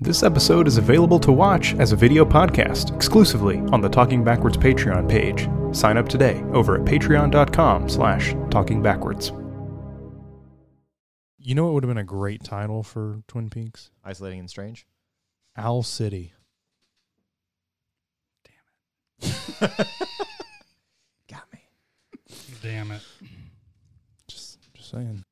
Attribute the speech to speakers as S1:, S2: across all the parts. S1: This episode is available to watch as a video podcast exclusively on the Talking Backwards Patreon page. Sign up today over at patreon.com slash talking backwards. You know what would have been a great title for Twin Peaks?
S2: Isolating and strange.
S1: Owl City.
S2: Got me.
S3: Damn it.
S1: Just, just saying.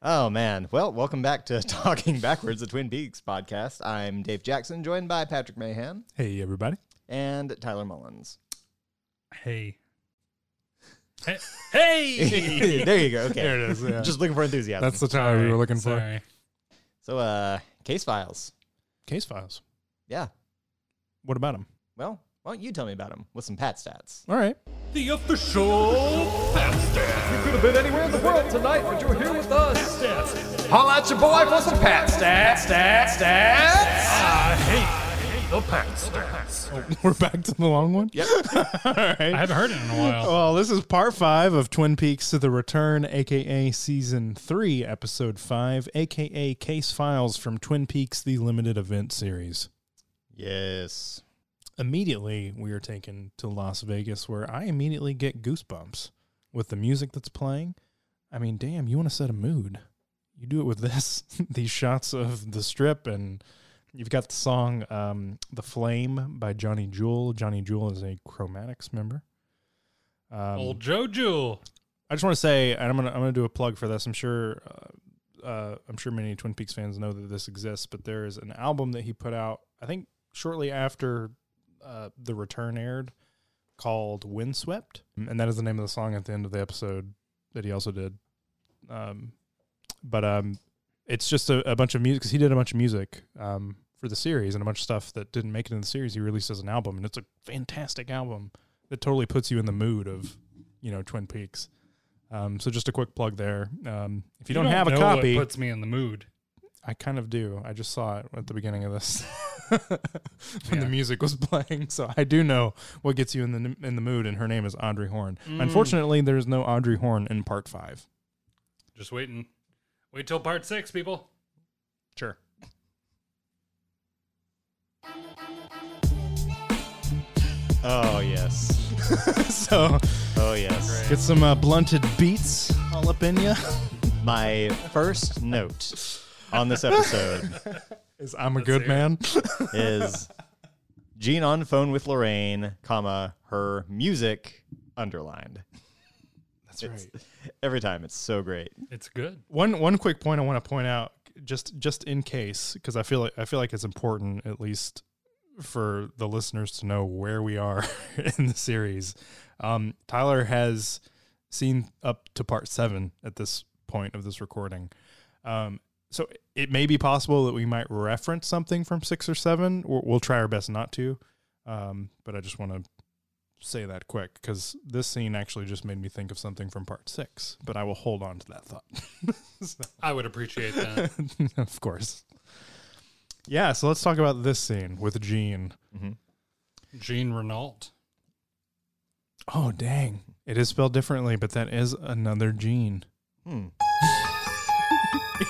S2: Oh man. Well, welcome back to Talking Backwards, the Twin Peaks podcast. I'm Dave Jackson, joined by Patrick Mahan
S1: Hey, everybody.
S2: and Tyler Mullins.
S3: Hey. Hey. hey!
S2: there you go. Okay.
S1: There it is, yeah.
S2: Just looking for enthusiasm.
S1: That's the title we were looking for.
S3: Sorry.
S2: so uh case files.
S1: Case files.
S2: Yeah.
S1: What about them?
S2: Well, why don't you tell me about them with some pat stats?
S1: All right.
S3: The official
S4: You could have been anywhere in the world tonight, but you're here with us. Holla at your boy for some pat stats, stats, stats.
S3: I hate the pants dance.
S1: We're back to the long one? Yep. All right.
S3: I haven't heard it in a while.
S1: Well, this is part five of Twin Peaks to the Return, aka season three, episode five, aka Case Files from Twin Peaks, the limited event series.
S2: Yes.
S1: Immediately, we are taken to Las Vegas, where I immediately get goosebumps with the music that's playing. I mean, damn, you want to set a mood. You do it with this, these shots of the strip, and you've got the song um, The Flame by Johnny Jewel. Johnny Jewel is a chromatics member. Um,
S3: Old Jojo.
S1: I just want to say, and I'm gonna I'm gonna do a plug for this. I'm sure, uh, uh, I'm sure many Twin Peaks fans know that this exists, but there is an album that he put out. I think shortly after uh, the return aired, called "Windswept,"
S3: Mm-hmm.
S1: and that is the name of the song at the end of the episode that he also did. Um, but um, it's just a, a bunch of music because he did a bunch of music um, for the series and a bunch of stuff that didn't make it in the series. He released as an album, and it's a fantastic album that totally puts you in the mood of you know Twin Peaks. Um, so just a quick plug there. Um, if you, don't, have a
S3: know what
S1: copy,
S3: puts me in the mood.
S1: I kind of do. I just saw it at the beginning of this when the
S3: Yeah.
S1: music was playing. So I do know what gets you in the in the mood. And her name is Audrey Horn.
S3: Mm.
S1: Unfortunately, there is no Audrey Horn in part five.
S3: Just waiting. Wait till part six, people.
S1: Sure.
S2: Oh yes.
S1: so
S2: Oh yes.
S1: get some uh, blunted beats all up in you.
S2: My first note on this episode
S1: Is I'm a
S3: Let's
S1: good
S3: hear it.
S1: man.
S2: is Gene on phone with Lorraine, comma, her music underlined.
S1: That's
S2: It's- Every time it's so great.
S3: It's good.
S1: One one quick point I want to point out, just just in case, because I feel like I feel like it's important at least for the listeners to know where we are in the series. Um, Tyler has seen up to part seven at this point of this recording, um, so it may be possible that we might reference something from six or seven. We'll, we'll try our best not to, um, but I just want to say that quick because this scene actually just made me think of something from part six. But I will hold on to that thought.
S3: I would appreciate that.
S1: of course. Yeah, so let's talk about this scene with Gene.
S3: Gene Renault.
S1: Oh, dang. It is spelled differently, but that is another Gene.
S2: Hmm.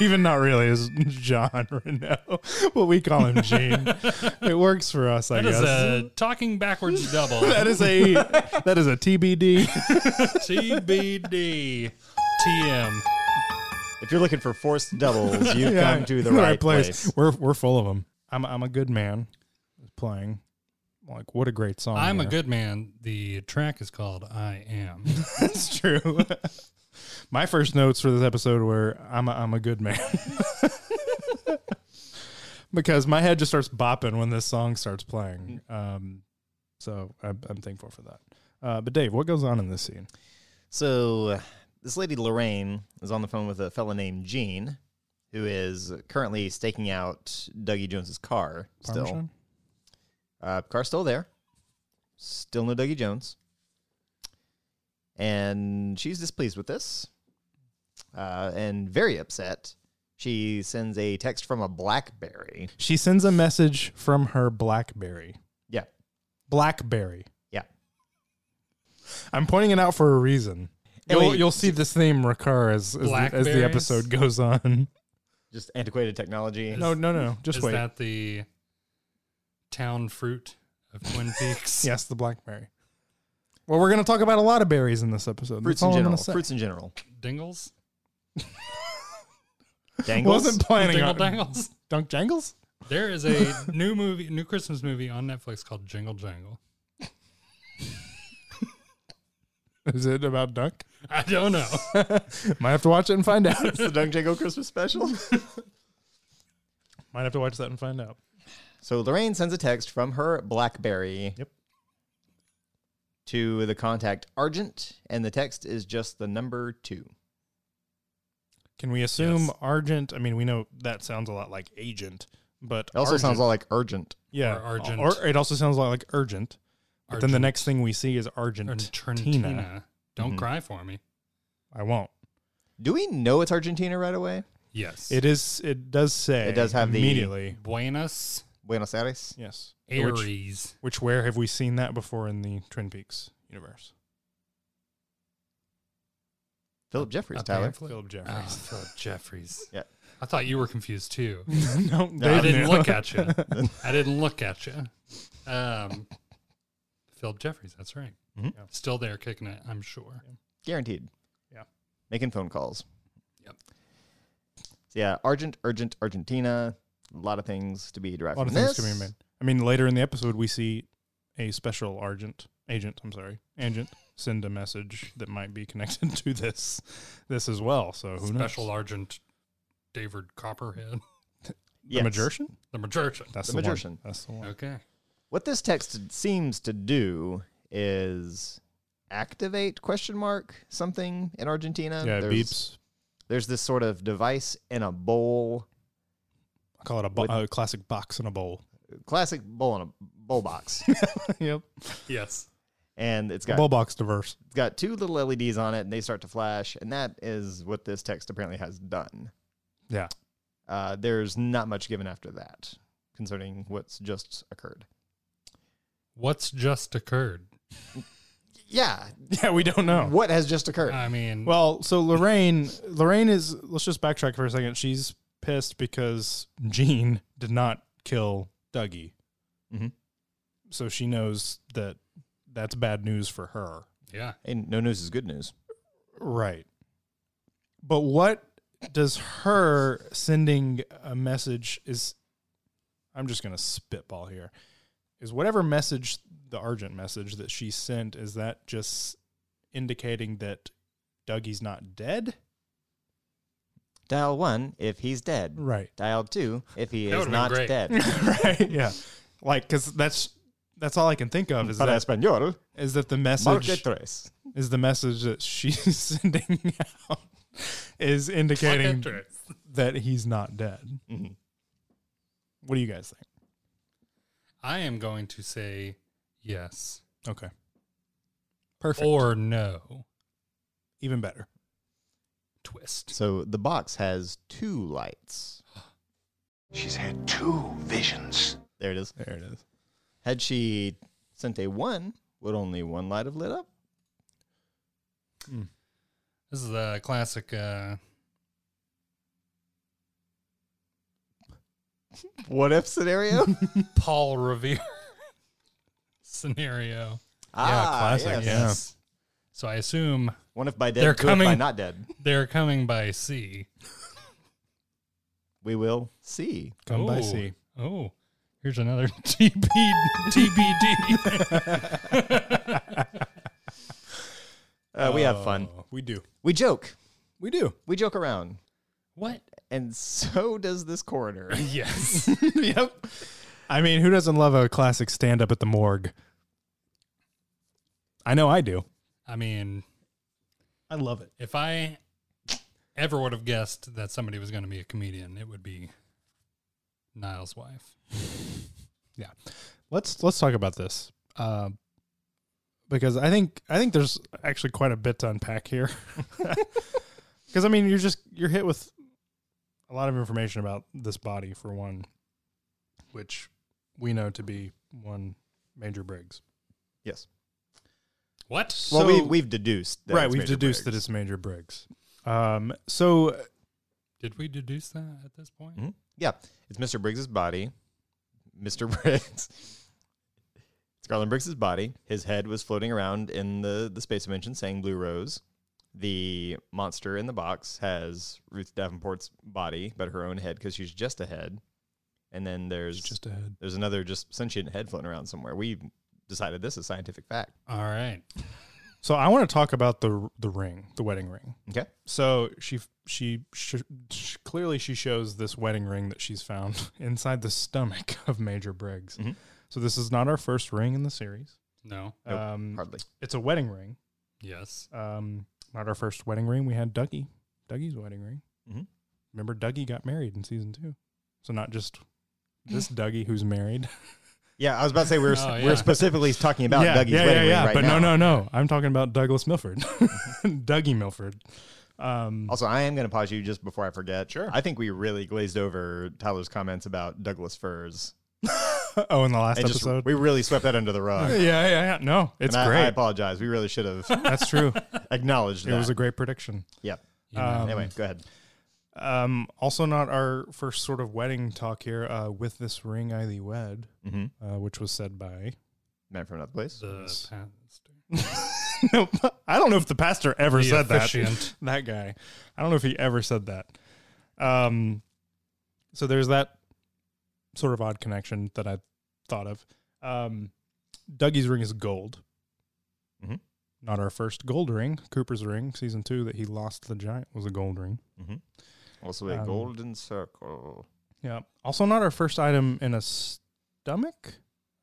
S1: Even not really, is John Renault. What we call him Gene. it works for us, I
S3: That
S1: guess.
S3: is a talking backwards double.
S1: that is a that is a TBD.
S3: TBD. TM.
S2: If you're looking for forced doubles, you've
S1: Yeah,
S2: come to the right, place.
S1: We're we're full of them. I'm I'm a good man. Playing, like what a great song.
S3: I'm a
S1: here.
S3: good man. The track is called I Am.
S1: That's true. My first notes for this episode were I'm a, I'm a good man. because my head just starts bopping when this song starts playing.
S3: Mm.
S1: Um, so I'm, I'm thankful for that. Uh, but Dave, what goes on in this scene?
S2: So, uh, this lady Lorraine is on the phone with a fella named Gene, who is currently staking out Dougie Jones's car still.
S1: Parmesan?
S2: Uh, car's still there. Still no Dougie Jones. And she's displeased with this uh, and very upset. She sends a text from a Blackberry.
S1: She sends a message from her BlackBerry.
S2: Yeah.
S1: BlackBerry.
S2: Yeah.
S1: I'm pointing it out for a reason.
S2: Ellie-
S1: You'll, you'll see this theme recur as as, the- as the
S3: Blackberries?
S1: episode goes on.
S2: Just antiquated technology.
S1: No, no, no. Just
S3: Is
S1: wait.
S3: that the town fruit of Twin Peaks?
S1: yes, the blackberry. Well, we're going to talk about a lot of berries in this episode.
S2: Fruits
S1: That's all
S2: in
S1: I'm
S2: general.
S1: gonna say.
S2: Fruits in general.
S3: Dingles?
S2: Dangles.
S1: Wasn't planning
S3: Dingle
S1: on
S3: dangles.
S1: Dunk Jangles.
S3: There is a new movie, new Christmas movie on Netflix called Jingle Jangle.
S1: Is it about Dunk?
S3: I don't know.
S1: Might have to watch it and find out.
S2: the Dunk Jangle Christmas special.
S1: Might have to watch that and find out.
S2: so Lorraine sends a text from her Blackberry.
S1: Yep.
S2: To the contact Argent, and the text is just the number two.
S1: Can we assume
S3: Yes.
S1: Argent? I mean, we know that sounds a lot like agent, but
S2: It also
S1: Argent-
S2: sounds a lot like urgent.
S1: yeah,
S3: Or Argent.
S1: Or it also sounds a lot like urgent. But then the
S3: Argent.
S1: next Mm-hmm. thing we see is
S3: Or
S1: Argent. Tina.
S3: Trentina. Don't cry for me.
S1: I won't.
S2: Do we know it's Argentina right away?
S3: Yes.
S1: It is. It does say.
S2: It does have the-
S1: immediately.
S3: Buenos
S2: Buenos Aires.
S1: Yes. Which,
S3: Aires.
S1: which where have we seen that before in the Twin Peaks universe?
S2: Philip Jeffries, Tyler.
S3: Apparently.
S1: Philip
S3: Oh,
S1: Jeffries.
S3: Philip Jeffries.
S2: Yeah.
S3: I thought you were confused too.
S1: no, they
S3: I didn't
S1: knew.
S3: look at you. I didn't look at you. Um, Philip Jeffries, that's right.
S1: Mm-hmm.
S2: Mhm.
S3: Yeah. Still there kicking it, I'm sure.
S2: Guaranteed.
S1: Yeah.
S2: Making phone calls.
S3: Yep.
S2: So yeah, Argent, Urgent, Argentina. A lot of things to be
S1: A
S2: derived
S1: lot of
S2: from
S1: things
S2: this.
S1: can be made. I mean, later in the episode, we see a special Argent agent. I'm sorry, agent send a message that might be connected to this this as well. So who
S3: Special
S1: knows?
S3: Argent David Copperhead,
S1: The
S2: Yes.
S1: magician.
S3: the magician.
S1: That's
S2: The
S1: one.
S2: magician.
S1: That's the one.
S3: Okay.
S2: What this text seems to do is activate question mark something in Argentina.
S1: Yeah, it
S2: there's,
S1: beeps.
S2: There's this sort of device in a bowl,
S1: I call it a, bo- a classic box in a bowl.
S2: classic bowl in a bowl box,
S1: yep.
S3: Yes.
S2: and it's
S1: A
S2: got
S1: bowl box diverse.
S2: it's got two little LEDs on it, and they start to flash, and that is what this text apparently has done.
S1: Yeah.
S2: Uh, there's not much given after that concerning what's just occurred.
S3: What's just occurred?
S2: Yeah,
S1: Yeah, we don't know.
S2: what has just occurred?
S1: Uh.
S3: I mean,
S1: Well, so Lorraine, Lorraine is. Let's just backtrack for a second. She's pissed because Jean did not kill Dougie, Mm-hmm.
S2: Mhm.
S1: so she knows that that's bad news for her.
S3: yeah.
S2: and no news is good news.
S1: Right. But what does her sending a message is I'm just going to spitball here. Is whatever message the urgent message that she sent is that just indicating that Dougie's not dead?
S2: Dial one if he's dead.
S1: Right.
S2: Dial two if he
S3: That
S2: is
S3: would've been
S2: not
S3: great.
S2: dead.
S1: right. Yeah. Like cuz that's that's all I can think of is
S2: Para
S1: that,
S2: español,
S1: is that the
S2: marque
S1: message
S2: tres.
S1: is the message that she's sending out is indicating that he's not dead.
S2: Mhm.
S1: What do you guys think?
S3: I am going to say yes
S1: Okay. Perfect.
S3: or no.
S1: even better.
S3: Twist.
S2: So the box has two lights.
S5: She's had two visions.
S2: There it is.
S1: There it is.
S2: Had she sent a one, would only one light have lit up?
S3: This is the classic. Uh,
S2: What if scenario?
S3: Paul Revere scenario.
S2: Ah,
S1: Ah, classic,
S3: Yes. So I assume
S2: One if by dead,
S3: They're
S2: two if by
S3: coming.
S2: not dead.
S3: they're coming by sea.
S2: We will see.
S1: Come by
S3: Oh,
S1: sea.
S3: Oh, here's another TB, TBD.
S2: Uh, we have fun.
S1: We do.
S2: We joke.
S1: We do.
S2: We joke around.
S3: what?
S2: And so does this coroner.
S3: Yes.
S1: yep. I mean, who doesn't love a classic stand up at the morgue? I know I do.
S3: I mean,
S1: I love it.
S3: if I ever would have guessed that somebody was going to be a comedian, it would be Niall's wife.
S1: Yeah. let's let's talk about this uh, because I think I think there's actually quite a bit to unpack here. Because I mean, you're just you're hit with a lot of information about this body for one, which we know to be one Major Briggs.
S2: Yes.
S3: What?
S2: well, we,
S1: So-
S2: we've deduced. That
S1: right,
S2: it's
S1: we've
S2: Major
S1: deduced that
S2: Briggs.
S1: it's Major Briggs. Um, so
S3: Did we deduce that at this point?
S1: Mm-hmm.
S2: Mhm. Yeah, it's Mr. Briggs's body. Mr. Briggs. It's Garland Briggs's body. His head was floating around in the, the space dimension saying Blue Rose. The monster in the box has Ruth Davenport's body, but her own head because she's just a head. And then there's
S1: just ahead.
S2: there's another just sentient head floating around somewhere. We decided this is scientific fact.
S3: All right.
S1: So I want to talk about the the ring, the wedding ring.
S2: Okay.
S1: So she she, sh sh- clearly she shows this wedding ring that she's found inside the stomach of Major Briggs.
S2: Mhm.
S1: So this is not our first ring in the series.
S3: No.
S2: Nope,
S1: um,
S2: Hardly.
S1: it's a wedding ring.
S3: Yes.
S1: Um, not our first wedding ring. We had Dougie, Dougie's wedding ring.
S2: Mhm.
S1: Remember, Dougie got married in season two. So not just this Dougie who's married.
S2: Yeah, I was about to say we're
S3: Oh, yeah.
S2: we're specifically talking about Dougie's wedding ring right
S1: but
S2: now. Mm-hmm.
S1: no, no, no. I'm talking about Douglas Milford, Dougie Milford. Um,
S2: Also, I am going to pause you just before I forget. Sure. I think we really glazed over Tyler's comments about Douglas furs.
S1: oh, in the last
S2: And just,
S1: episode.
S2: we really swept that under the rug.
S1: yeah, yeah, yeah. No, it's
S2: and I- I,
S1: great.
S2: apologize. We really should have
S1: That's true.
S2: acknowledged
S1: It
S2: that.
S1: was a great prediction.
S2: yeah.
S1: Um,
S2: anyway, go ahead.
S1: Um, also, not our first sort of wedding talk here. Uh, with this ring, I thee wed,
S2: Mm-hmm.
S1: uh, which was said by.
S2: Man from another place.
S3: The
S1: Yes.
S3: pastor.
S1: nope. I don't know if the pastor ever
S3: The
S1: said
S3: officiant.
S1: that. That guy. I don't know if he ever said that. Um, so there's that sort of odd connection that I thought of. Um, Dougie's ring is gold.
S2: Mhm.
S1: Not our first gold ring. Cooper's ring, season two, that he lost to the giant was a gold ring.
S2: Mm-hmm. Also, a
S1: um,
S2: golden circle.
S1: Yeah. Also, not our first item in a stomach.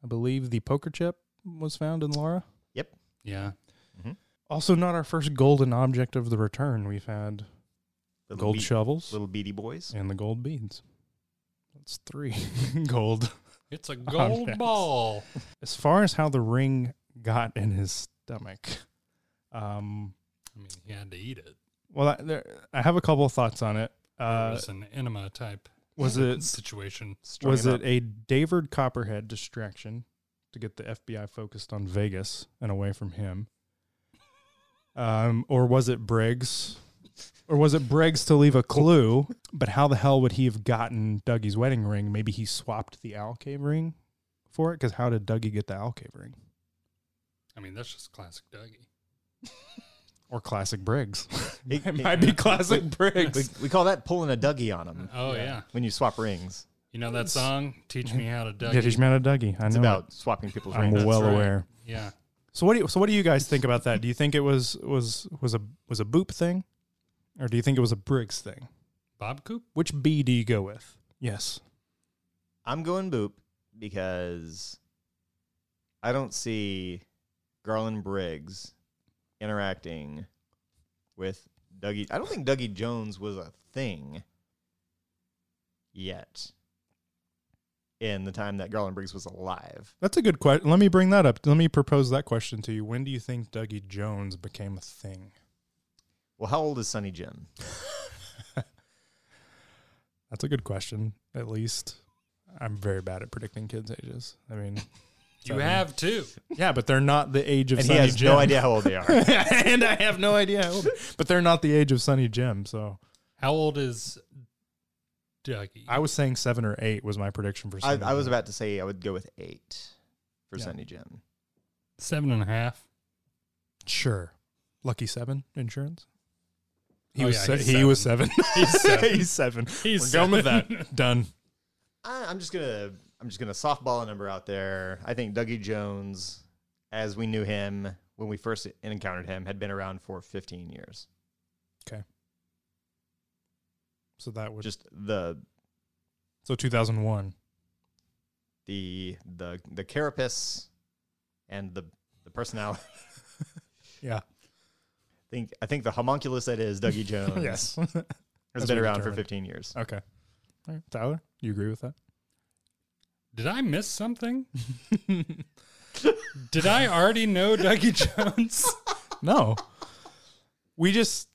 S1: I believe the poker chip was found in Laura.
S3: Yeah.
S1: Also, not our first golden object of the return. We've had
S2: Little
S1: gold
S2: be-
S1: shovels
S2: Little beady boys.
S1: and the gold beads. That's three gold.
S3: It's a gold
S1: yes.
S3: ball.
S1: As far as how the ring got in his stomach, um,
S3: I mean, he had to eat it.
S1: well, I, there, I have a couple of thoughts on it.
S3: it
S1: Uh,
S3: was an enema type
S1: was it
S3: situation.
S2: Strung
S1: was
S2: him
S1: it a David Copperhead distraction to get the FBI focused on Vegas and away from him? Um, or was it Briggs? Or was it Briggs to leave a clue? But how the hell would he have gotten Dougie's wedding ring? Maybe he swapped the Owl Cave ring for it? Because how did Dougie get the Owl Cave ring?
S3: I mean, that's just classic Dougie.
S1: Or classic Briggs?
S2: He-
S1: it
S2: he-
S1: might be classic Briggs.
S2: up. We, we call that pulling a Dougie on him
S3: Oh yeah.
S2: when you swap rings.
S3: You know that song? Teach me how to Dougie.
S1: Did he man a Dougie? I
S2: It's
S1: know.
S2: about swapping people's
S1: I'm
S2: rings.
S1: well
S3: right.
S1: aware.
S3: Yeah.
S1: So what do you, so what do you guys think about that? Do you think it was was was a was a boop thing, or do you think it was a Briggs thing?
S3: Bob Coop.
S1: Which B do you go with? Yes,
S2: I'm going boop because I don't see Garland Briggs interacting with Dougie. I don't think Dougie Jones was a thing yet in the time that Garland Briggs was alive.
S1: that's a good question. Let me bring that up. Let me propose that question to you. When do you think Dougie Jones became a thing?
S2: Well, how old is Sonny Jim?
S1: That's a good question. At least I'm very bad at predicting kids' ages. I mean,
S3: You
S1: Seven.
S3: have two.
S1: yeah, but they're not the age of
S2: And
S1: Sonny
S2: he has
S1: Jim.
S2: no idea how old they are.
S1: and I have no idea, how old- but they're not the age of Sonny Jim. So
S3: How old is Dougie?
S1: I was saying seven or eight was my prediction for.
S2: I,
S1: Sonny
S2: I was
S1: Jim.
S2: about to say I would go with eight for
S1: Yeah.
S2: Sonny Jim.
S3: Seven and a half.
S1: Sure. Lucky Seven Insurance. He
S3: Oh,
S1: was
S3: yeah,
S1: se-
S3: he's
S1: he was seven.
S3: He's seven.
S1: he's seven.
S3: He's
S1: We're going with that. Done.
S2: I, I'm just gonna I'm just gonna softball a number out there. I think Dougie Jones, as we knew him when we first encountered him, had been around for 15 years.
S1: So that was
S2: Just the
S1: so 2001.
S2: the the the carapace and the the personality.
S1: Yeah.
S2: I think I think the homunculus that is Dougie Jones
S1: yes.
S2: has
S1: As
S2: been
S1: we
S2: around for
S1: determined.
S2: 15 years.
S1: okay. All right, Tyler, you agree with that?
S3: Did I miss something? Did I already know Dougie Jones?
S1: No. We just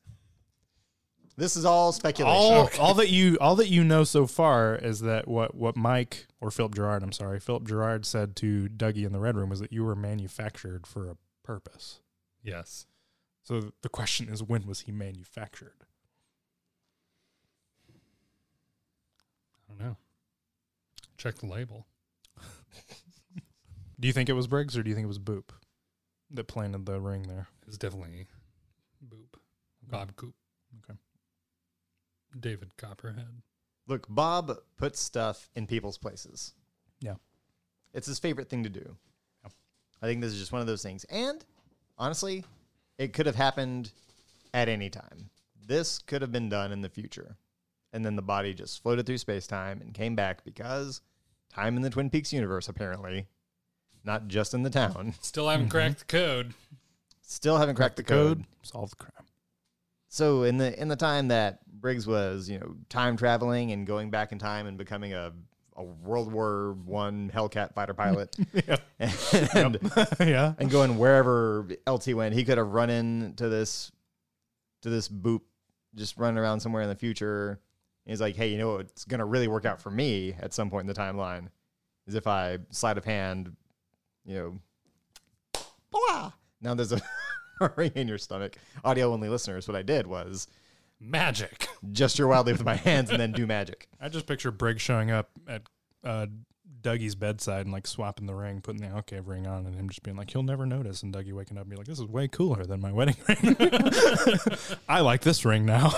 S2: This is all speculation.
S1: all all that you all that you know so far is that what what Mike or Philip Gerard, I'm sorry, Philip Gerard said to Dougie in the Red Room was that you were manufactured for a purpose.
S3: yes.
S1: So the question is when was he manufactured?
S3: I don't know. Check the label.
S1: Do you think it was Briggs or do you think it was Boop that planted the ring there?
S3: It's definitely Boop. Bob Coop.
S1: Okay.
S3: David Copperhead.
S2: Look, Bob puts stuff in people's places.
S1: Yeah.
S2: It's his favorite thing to do. I think this is just one of those things. And honestly, it could have happened at any time. This could have been done in the future. And then the body just floated through space time and came back because time in the Twin Peaks universe, apparently, not just in the town.
S3: Still haven't
S1: Mm-hmm.
S3: cracked the code.
S2: Still haven't cracked
S3: uh,
S2: the code.
S1: solve the crime.
S2: so in the in the time that Briggs was, you know, time traveling and going back in time and becoming a a World War One Hellcat fighter pilot, and,
S1: yeah.
S2: and going wherever LT went, he could have run into this to this boop, just running around somewhere in the future. And he's like, hey, you know what's gonna really work out for me at some point in the timeline is if I sleight of hand, you know, blah. Now there's a ring in your stomach. Audio only listeners, what I did was
S3: Magic.
S2: gesture wildly with my hands and then do magic.
S1: I just picture Briggs showing up at uh, Dougie's bedside and like swapping the ring, putting the alcave ring on, and him just being like, "He'll never notice." And Dougie waking up and be like, "This is way cooler than my wedding ring. I like this ring now."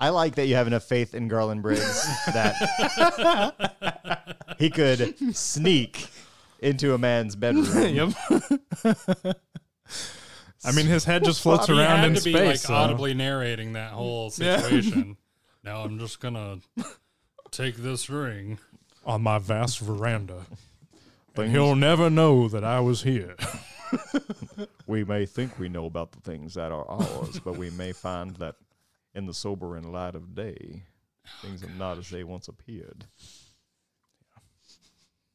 S2: I like that you have enough faith in Garland Briggs that he could sneak into a man's bedroom.
S1: I mean, his head just floats around
S3: had
S1: in
S3: to
S1: space. uh,
S3: be like
S1: so-
S3: audibly narrating that whole situation. now I'm just gonna take this ring.
S1: on my vast veranda. But he'll never know that I was here.
S2: We may think we know about the things that are ours, but we may find that in the sobering light of day, things are not as they once appeared.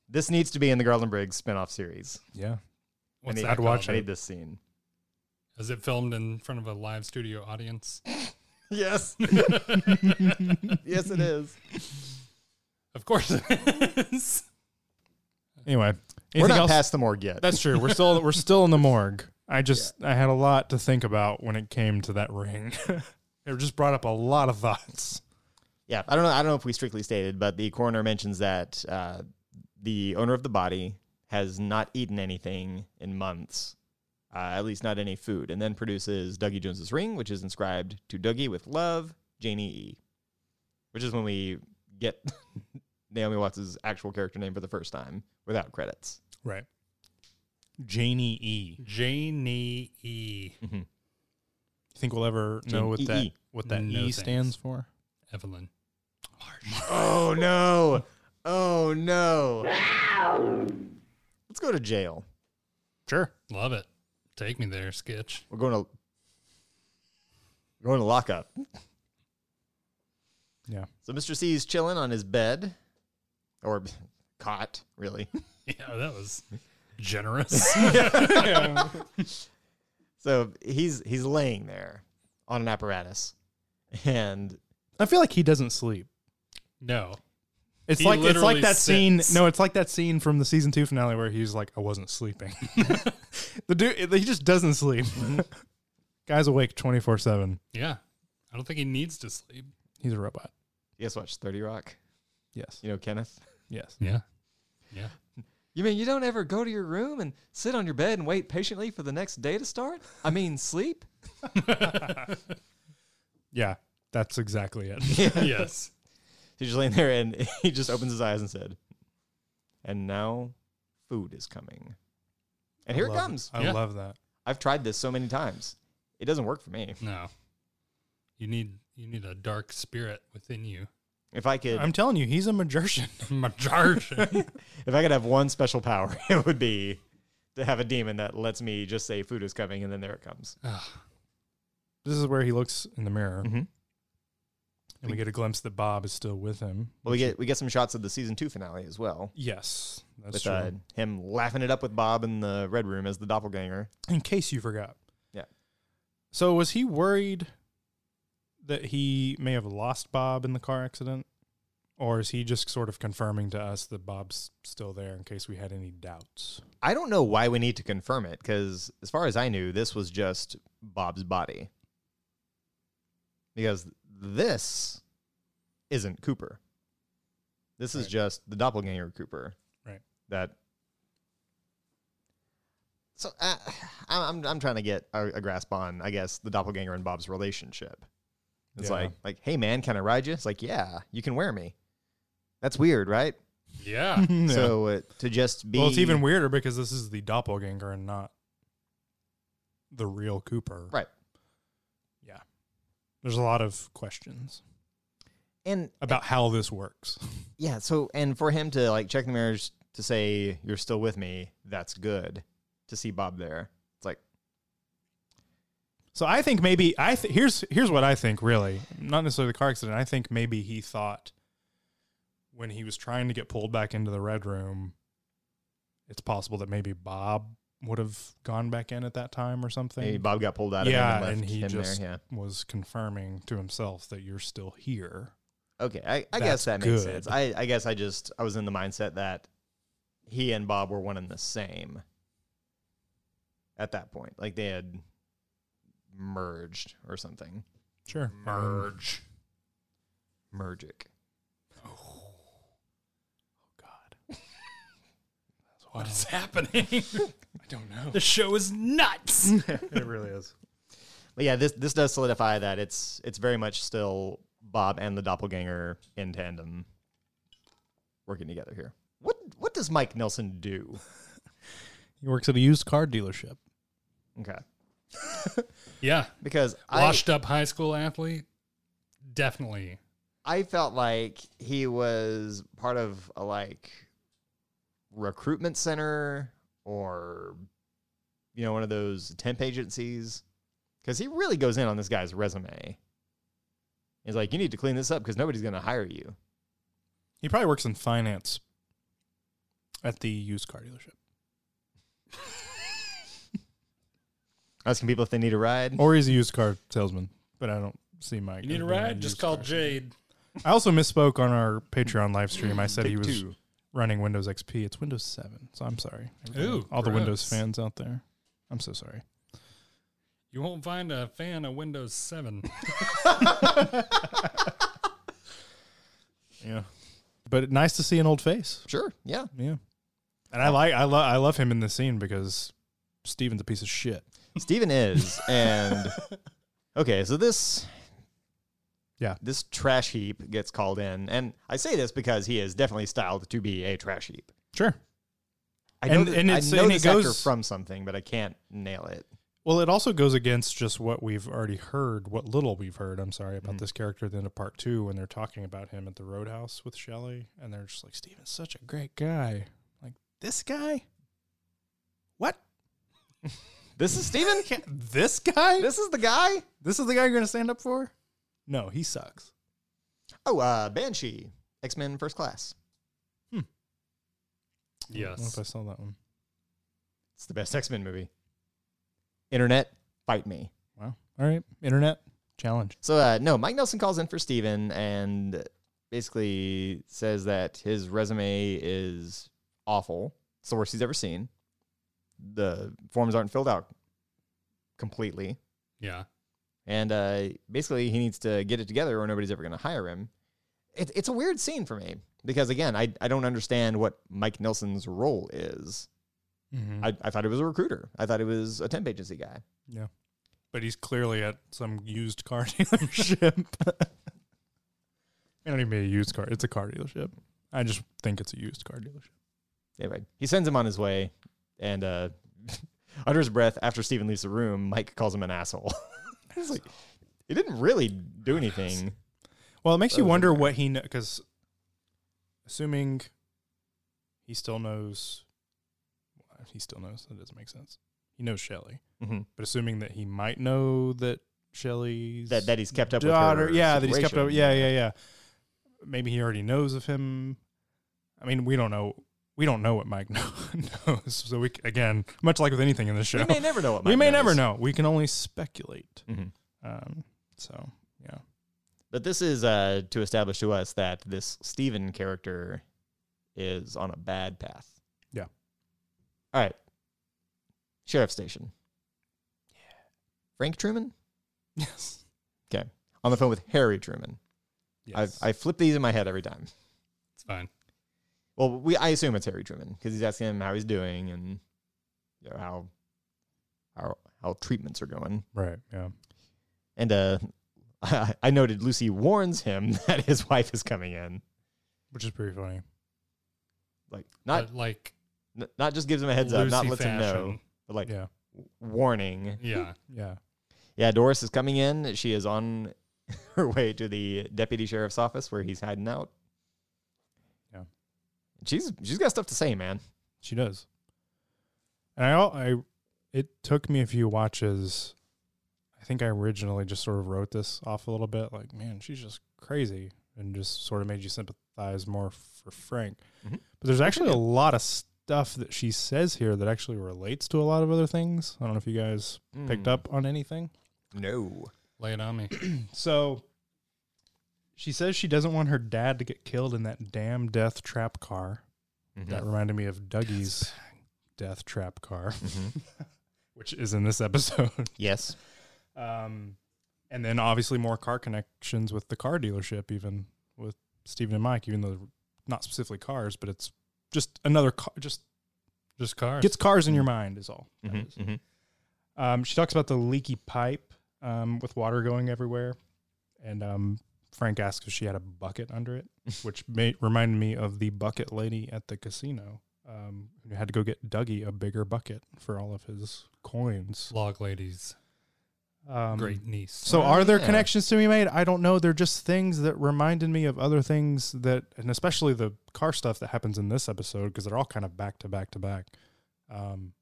S2: This needs to be in the Garland Briggs spinoff series.
S1: yeah.
S2: I
S3: What's
S2: need,
S3: that
S2: I need
S3: watching?
S2: this scene.
S3: Is it filmed in front of a live studio audience?
S2: Yes. yes, it is.
S3: Of course it is.
S1: Anyway,
S2: We're
S1: anything
S2: not
S1: else?
S2: past the morgue yet.
S1: That's true. We're still we're still in the morgue. I just I had a lot to think about when it came to that ring. it just brought up a lot of thoughts.
S2: Yeah, I don't know. I don't know if we strictly stated, but the coroner mentions that uh, the owner of the body has not eaten anything in months, uh, at least not any food, and then produces Dougie Jones's ring, which is inscribed to Dougie with love, Janie E, which is when we get Naomi Watts' actual character name for the first time without credits.
S1: Right. Janie E. You
S3: Janie E.
S1: think we'll ever know what
S2: Janie
S1: that
S2: E.
S1: what that
S3: No
S1: E
S3: thanks.
S1: stands for?
S3: Evelyn.
S2: Oh no! Oh no! Let's go to jail.
S1: Sure.
S3: Love it. Take me there, Sketch.
S2: We're going to we're going to lock up.
S1: Yeah.
S2: So Mr. C is chilling on his bed or cot, really.
S3: Yeah, that was generous.
S2: so he's he's laying there on an apparatus. And
S1: I feel like he doesn't sleep.
S3: no.
S1: It's
S3: He
S1: like it's
S3: literally
S1: like that scene.
S3: sits.
S1: No, it's like that scene from the season two finale where he's like, "I wasn't sleeping." the dude, he just doesn't sleep. Guy's awake twenty four seven.
S3: Yeah. I don't think he needs to sleep.
S1: He's a robot.
S2: you guys watch 30 Rock?
S1: Yes.
S2: You know Kenneth?
S1: Yes.
S3: Yeah. Yeah.
S2: You mean you don't ever go to your room and sit on your bed and wait patiently for the next day to start? I mean sleep?
S1: Yeah. That's exactly it.
S3: yes.
S2: He's just laying there and he just opens his eyes and said, And now food is coming. And here it
S1: Love
S2: comes.
S1: I
S3: Yeah.
S1: love that.
S2: I've tried this so many times. It doesn't work for me.
S3: No. You need you need a dark spirit within you.
S2: If I could
S1: I'm telling you, he's a magician.
S3: Majority.
S2: if I could have one special power, it would be to have a demon that lets me just say food is coming and then there it comes.
S1: Mm-hmm. This is where he looks in the mirror.
S2: Mhm.
S1: and we get a glimpse that Bob is still with him.
S2: Well, we get we get some shots of the season two finale as well,
S1: Yes, that's
S2: with
S1: true.
S2: uh, him laughing it up with Bob in the red room as the doppelganger.
S1: in case you forgot.
S2: Yeah.
S1: So was he worried that he may have lost Bob in the car accident? Or is he just sort of confirming to us that Bob's still there in case we had any doubts?
S2: I don't know why we need to confirm it because, as far as I knew, this was just Bob's body. Because this isn't Cooper. This is just the doppelganger Cooper.
S1: Right.
S2: That. So uh, I- I'm I'm trying to get a, a grasp on, I guess, the doppelganger and Bob's relationship. It's
S1: Yeah.
S2: like like, hey man, can I ride you? It's like, yeah, you can wear me. That's weird, right?
S3: Yeah.
S1: Yeah.
S2: So uh, to just be
S1: well, it's even weirder because this is the doppelganger and not the real Cooper.
S2: right.
S1: Yeah. There's a lot of questions
S2: And
S1: about how this works.
S2: Yeah. So, and for him to like check the mirrors to say you're still with me, that's good. To see Bob there, it's like
S1: So I think maybe I th- here's here's what I think really, not necessarily the car accident. I think maybe he thought when he was trying to get pulled back into the red room, it's possible that maybe Bob would have gone back in at that time or something.
S2: maybe Bob got pulled out of
S1: yeah,
S2: him and
S1: and,
S2: left
S1: he
S2: him
S1: just
S2: there.
S1: was confirming to himself that you're still here.
S2: Yeah. Okay. I, I
S1: That's
S2: guess that makes
S1: good.
S2: sense. I, I guess I just I was in the mindset that he and Bob were one and the same at that point. Like they had merged or something.
S1: Sure,
S3: Merge.
S2: Mergic.
S1: God,
S3: What is happening?
S1: I don't know.
S3: the show is nuts.
S1: it really is.
S2: But yeah, this this does solidify that it's it's very much still Bob and the doppelganger in tandem working together here. What what does Mike Nelson do?
S1: He works at a used car dealership.
S2: Okay.
S3: yeah.
S2: Because I,
S3: Washed up high school athlete. Definitely.
S2: I felt like he was part of a like recruitment center or you know, one of those temp agencies. Because he really goes in on this guy's resume. He's like, you need to clean this up because nobody's gonna hire you.
S1: He probably works in finance at the used car dealership.
S2: Asking people if they need a ride.
S1: or he's a used car salesman. But I don't see Mike.
S3: You need
S1: as
S3: a
S1: being
S3: ride? Just
S1: used
S3: call
S1: car
S3: Jade.
S1: salesman. I also misspoke on our Patreon live stream. I said he
S2: Take
S1: was
S2: two.
S1: running Windows XP. It's Windows Seven, so I'm sorry.
S3: Ooh,
S1: all the Windows
S3: gross.
S1: fans out there, I'm so sorry.
S3: You won't find a fan of Windows 7.
S1: Yeah, but nice to see an old face.
S2: Sure. Yeah.
S1: Yeah, and I like I love I love him in this scene because Steven's a piece of shit.
S2: Steven is. And okay, so this
S1: Yeah.
S2: This trash heap gets called in. And I say this because he is definitely styled to be a trash heap.
S1: Sure.
S2: I know,
S1: And-
S2: th-
S1: and
S2: I
S1: it's-
S2: know
S1: and it
S2: this actor
S1: goes-
S2: from something, but I can't nail it.
S1: Well, it also goes against just what we've already heard, what little we've heard, I'm sorry, about this character at the end of part two when they're talking about him at the roadhouse with Shelley. And they're just like, Steven's such a great guy. Like, this guy? What?
S2: This is Steven?
S1: This guy? This,
S2: this is the guy?
S1: is the guy you're going to stand up for? No, he sucks.
S2: Oh, uh, Banshee, X Men First Class.
S1: I don't know if
S3: yes.
S1: I saw that one.
S2: It's the best X Men movie. Internet, fight me.
S1: Wow. All right. Internet challenge.
S2: So uh, no, Mike Nelson calls in for Steven and basically says that his resume is awful. It's the worst he's ever seen. The forms aren't filled out completely.
S3: Yeah.
S2: And uh, basically he needs to get it together or nobody's ever gonna hire him. It, it's a weird scene for me because again, I, I don't understand what Mike Nelson's role is.
S1: Mm-hmm. Mm.
S2: I, I thought it was a recruiter. I thought it was a temp agency guy.
S1: but he's clearly at some used car dealership. May not even be a used car. It's a car dealership. I just think it's a used car dealership.
S2: anyway, he sends him on his way, and uh, under his breath, after Steven leaves the room, Mike calls him an asshole. He's like, he didn't really do anything.
S1: Well, it makes you
S2: Those are
S1: wonder
S2: there.
S1: what he because assuming he still knows, well, he still knows that doesn't make sense. He knows Shelley,
S2: Mhm.
S1: but assuming that he might know that Shelley's
S2: That that he's kept up
S1: daughter.
S2: with her.
S1: yeah, that he's kept
S2: situation.
S1: up. Yeah, yeah, yeah. Maybe he already knows of him. I mean, we don't know. We don't know what Mike know, knows. So we c- again, much like with anything in this show,
S2: We may never know what.
S1: we
S2: Mike
S1: may
S2: knows.
S1: never know. We can only speculate.
S2: Mhm.
S1: Um, so yeah,
S2: But this is uh, to establish to us that this Steven character is on a bad path.
S1: Yeah.
S2: All right. Sheriff station. Yeah. Frank Truman
S1: yes,
S2: on the phone with Harry Truman.
S3: Yes.
S2: I, I flip these in my head every time.
S3: it's fine.
S2: Well, we I assume it's Harry Truman because he's asking him how he's doing and you know, how how how treatments are going.
S1: right, yeah,
S2: And uh, I, I noted Lucy warns him that his wife is coming in.
S1: which is pretty funny.
S2: Like not
S1: Uh,
S3: but like
S2: n- not just gives him a heads up, not
S3: Lucy
S2: lets him know,
S3: fashion.
S2: but like
S1: Yeah,
S2: warning.
S3: Yeah.
S1: yeah,
S2: Yeah, Doris is coming in. She is on her way to the deputy sheriff's office where he's hiding out.
S1: Yeah.
S2: she's she's got stuff to say, man.
S1: she does. And I, al- I, it took me a few watches. I think I originally just sort of wrote this off a little bit, like, man, she's just crazy, and just sort of made you sympathize more for Frank.
S2: Mhm.
S1: But there's actually a lot of stuff that she says here that actually relates to a lot of other things. I don't know if you guys picked
S2: Mm.
S1: up on anything.
S2: No.
S3: Lay it on me.
S1: So she says she doesn't want her dad to get killed in that damn death trap car.
S2: Mhm.
S1: That reminded me of Dougie's death trap car, which is in this episode.
S2: Mm-hmm. Yes.
S1: Um, and then obviously more car connections with the car dealership, even with Stephen and Mike, even though not specifically cars, but it's just another car. Just
S3: Just cars. Mm-hmm.
S1: gets cars in your mind is all. that
S2: Mhm,
S1: is.
S2: mhm.
S1: Um, she talks about the leaky pipe um, with water going everywhere, and um, Frank asks if she had a bucket under it, which may, reminded me of the bucket lady at the casino um, who had to go get Dougie a bigger bucket for all of his coins.
S3: Log ladies.
S1: Um,
S3: Great niece.
S1: So,
S2: Oh,
S1: are there
S2: yeah.
S1: connections to be made? I don't know. They're just things that reminded me of other things that, and especially the car stuff that happens in this episode because they're all kind of back to back to back. Um,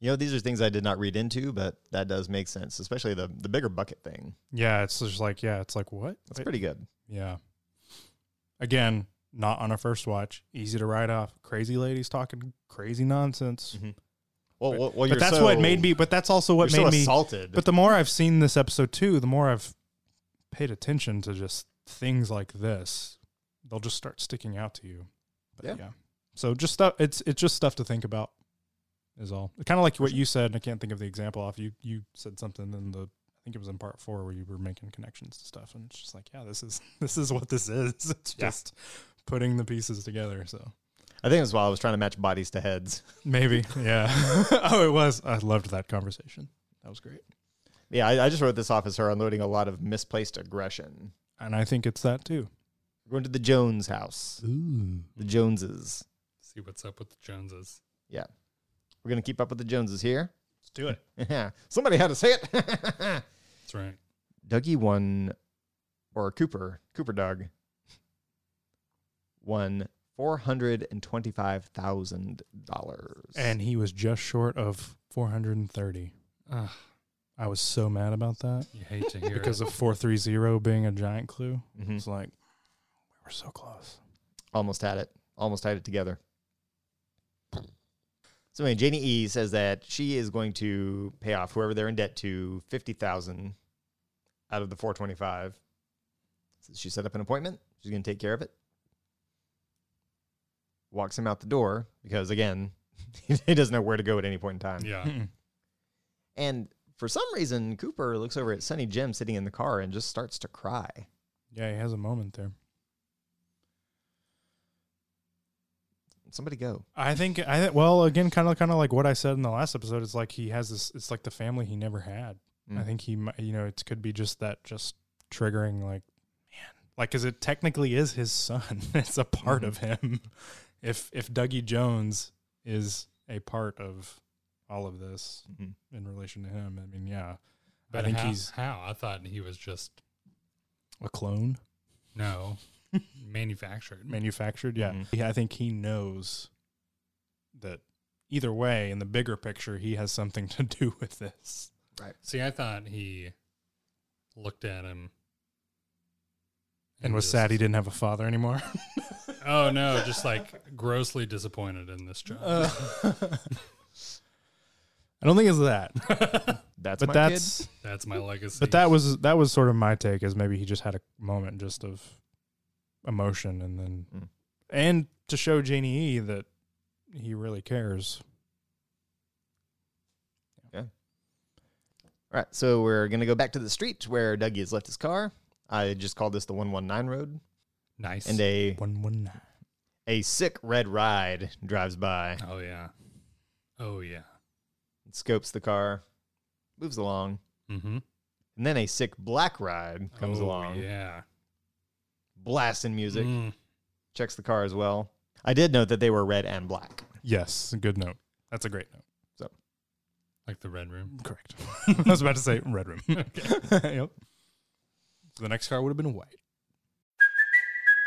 S2: You know, these are things I did not read into, but that does make sense, especially the the bigger bucket thing.
S1: yeah, it's just like yeah, it's like what?
S2: That's pretty good.
S1: Yeah. Again, not on a first watch. Easy to write off. Crazy ladies talking crazy nonsense.
S2: Mhm. Well, well, well,
S1: Mm-hmm. But
S2: you're
S1: that's
S2: so-
S1: what made me. But that's also what
S2: you're
S1: made
S2: so
S1: me.
S2: assaulted.
S1: But the more I've seen this episode too, the more I've paid attention to just things like this. They'll just start sticking out to you. But yeah.
S2: Yeah.
S1: So just stuff. It's it's just stuff to think about. Is all. Kind of like what you said, and I can't think of the example off. You you said something in the. I think it was in part four where you were making connections to stuff, and it's just like, yeah, this is this is what this is. It's
S2: Yeah.
S1: just putting the pieces together. So
S2: I think that's why I was trying to match bodies to heads.
S1: maybe, yeah. oh, it was. I loved that conversation. That was great.
S2: Yeah, I, I just wrote this off as her unloading a lot of misplaced aggression.
S1: And I think it's that too.
S2: We're going to the Jones house,
S1: Ooh.
S2: the Joneses.
S3: See what's up with the Joneses.
S2: Yeah, we're going to keep up with the Joneses here.
S1: Let's do it.
S2: Somebody had to say it.
S3: That's right.
S2: Dougie won, or Cooper, Cooper Doug, won four hundred and twenty-five thousand dollars.
S1: And he was just short of 430.
S3: Ugh,
S1: I was so mad about that
S3: you hate to hear
S1: because
S3: it.
S1: of 430 being a giant clue.
S2: Mhm.
S1: It's like, we were so close.
S2: almost had it, almost had it together. So anyway, Janie E says that she is going to pay off whoever they're in debt to fifty thousand out of the four twenty-five. So she set up an appointment. She's going to take care of it. Walks him out the door because again, he doesn't know where to go at any point in time.
S3: Yeah.
S1: Uh, Mm-mm.
S2: And for some reason, Cooper looks over at Sunny Jim sitting in the car and just starts to cry.
S1: Yeah, he has a moment there.
S2: Somebody go.
S1: I think I thi- well again kind of kind of like what I said in the last episode it's like he has this it's like the family he never had. I
S2: Mm.
S1: think he might you know it could be just that just triggering like man like cuz it technically is his son. it's a part of him. If if Dougie Jones is a part of all of this
S2: Mhm.
S1: in relation to him, I mean yeah.
S3: But
S1: I think
S3: how,
S1: he's
S3: how? I thought he was just
S1: a clone
S3: no manufactured.
S1: manufactured. Yeah.
S2: Mhm.
S1: yeah. I think he knows that either way in the bigger picture he has something to do with this.
S4: Right.
S3: See, I thought he looked at him
S1: and was
S3: just-
S1: sad he didn't have a father anymore.
S3: Oh no, just like grossly disappointed in this job.
S1: I Uh, don't think it's that,
S2: That's
S1: but
S2: my
S1: that's
S2: kid.
S3: That's my legacy.
S1: but that was that was sort of my take is maybe he just had a moment just of emotion and then
S2: Mm.
S1: and to show Janie E that he really cares.
S2: All right, so we're gonna go back to the street where Dougie has left his car. I just called this the one one nine road,
S3: nice.
S2: and a
S1: One one nine.
S2: a sick red ride drives by,
S3: oh yeah, oh yeah.
S2: scopes the car, moves along,
S3: Mm-hmm.
S2: and then a sick black ride comes
S3: oh,
S2: along,
S3: Yeah.
S2: blasting music,
S3: Mm.
S2: checks the car as well. I did note that they were red and black.
S1: Yes, good note. That's a great note.
S3: Like the red room.
S1: Correct. I was about to say red room. yep. So the next car would have been white.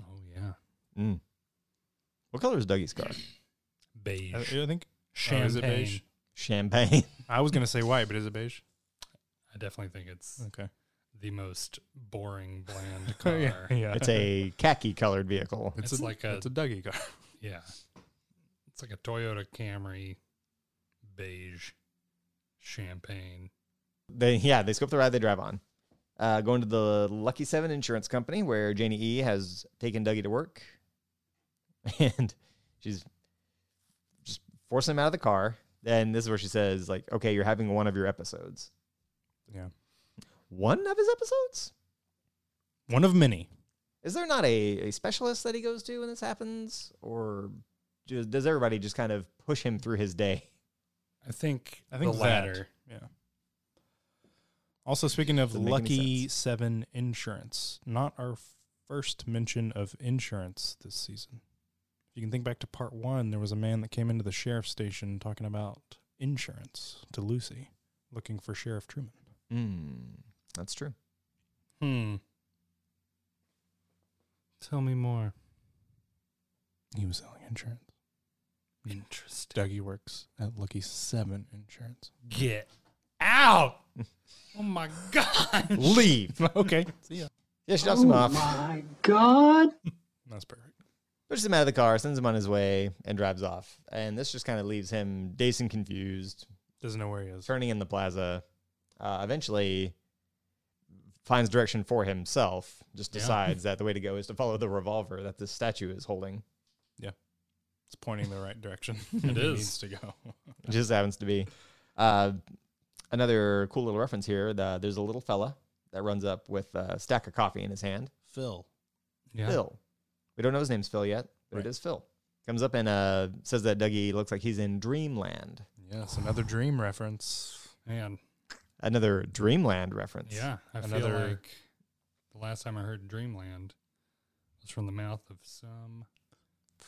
S3: Oh yeah.
S2: Mm. What color is Dougie's car?
S3: Beige.
S2: Uh,
S1: I, I think
S3: Champagne.
S1: Oh, is it beige?
S2: Champagne.
S1: I was gonna say white, but is it beige?
S3: I definitely think it's
S1: Okay.
S3: the most boring, bland car.
S1: yeah. yeah.
S2: It's a khaki colored vehicle.
S3: It's like a-
S1: it's a Dougie car.
S3: Yeah. It's like a Toyota Camry, beige, champagne.
S2: They yeah, they scope the ride they drive on. Uh, going to the Lucky Seven Insurance Company where Janie E has taken Dougie to work, and she's just forcing him out of the car. Then this is where she says, "Like, okay, you're having one of your episodes.
S1: Yeah.
S2: One of his episodes?
S1: One of many.
S2: Is there not a, a specialist that he goes to when this happens, or just, does everybody just kind of push him through his day?
S3: I think
S1: I think
S3: the
S1: that.
S3: latter.
S1: Yeah. Also, speaking of
S2: Doesn't make any
S1: Lucky
S2: sense.
S1: Seven Insurance, not our first mention of insurance this season. If you can think back to part one, there was a man that came into the sheriff's station talking about insurance to Lucy, looking for Sheriff Truman.
S2: Mm, that's true.
S3: Hmm. Tell me more.
S1: He was selling insurance.
S3: Interesting.
S1: Dougie works at Lucky Seven Insurance.
S3: Get out. oh my god.
S2: Leave.
S1: okay. See ya.
S2: Yeah, she drops him off.
S1: That's perfect.
S2: pushes him out of the car, sends him on his way, and drives off. And this just kind of leaves him dazed and confused,
S1: Doesn't know where he is.
S2: turning in the plaza. Uh, eventually, finds direction for himself. Just
S3: Yeah.
S2: decides that the way to go is to follow the revolver that this statue is holding.
S1: It's pointing the right direction.
S3: It
S1: He
S3: is.
S1: needs to go.
S2: It just happens to be uh, another cool little reference here. The, there's a little fella that runs up with a stack of coffee in his hand.
S1: Phil.
S3: Yeah.
S2: Phil. We don't know his name's Phil yet, but
S1: Right.
S2: it is Phil. Comes up and uh, says that Dougie looks like he's in Dreamland.
S1: Yes, another dream reference.
S3: Man.
S2: Another Dreamland reference.
S3: Yeah. I feel
S1: Another-
S3: like the last time I heard Dreamland was from the mouth of some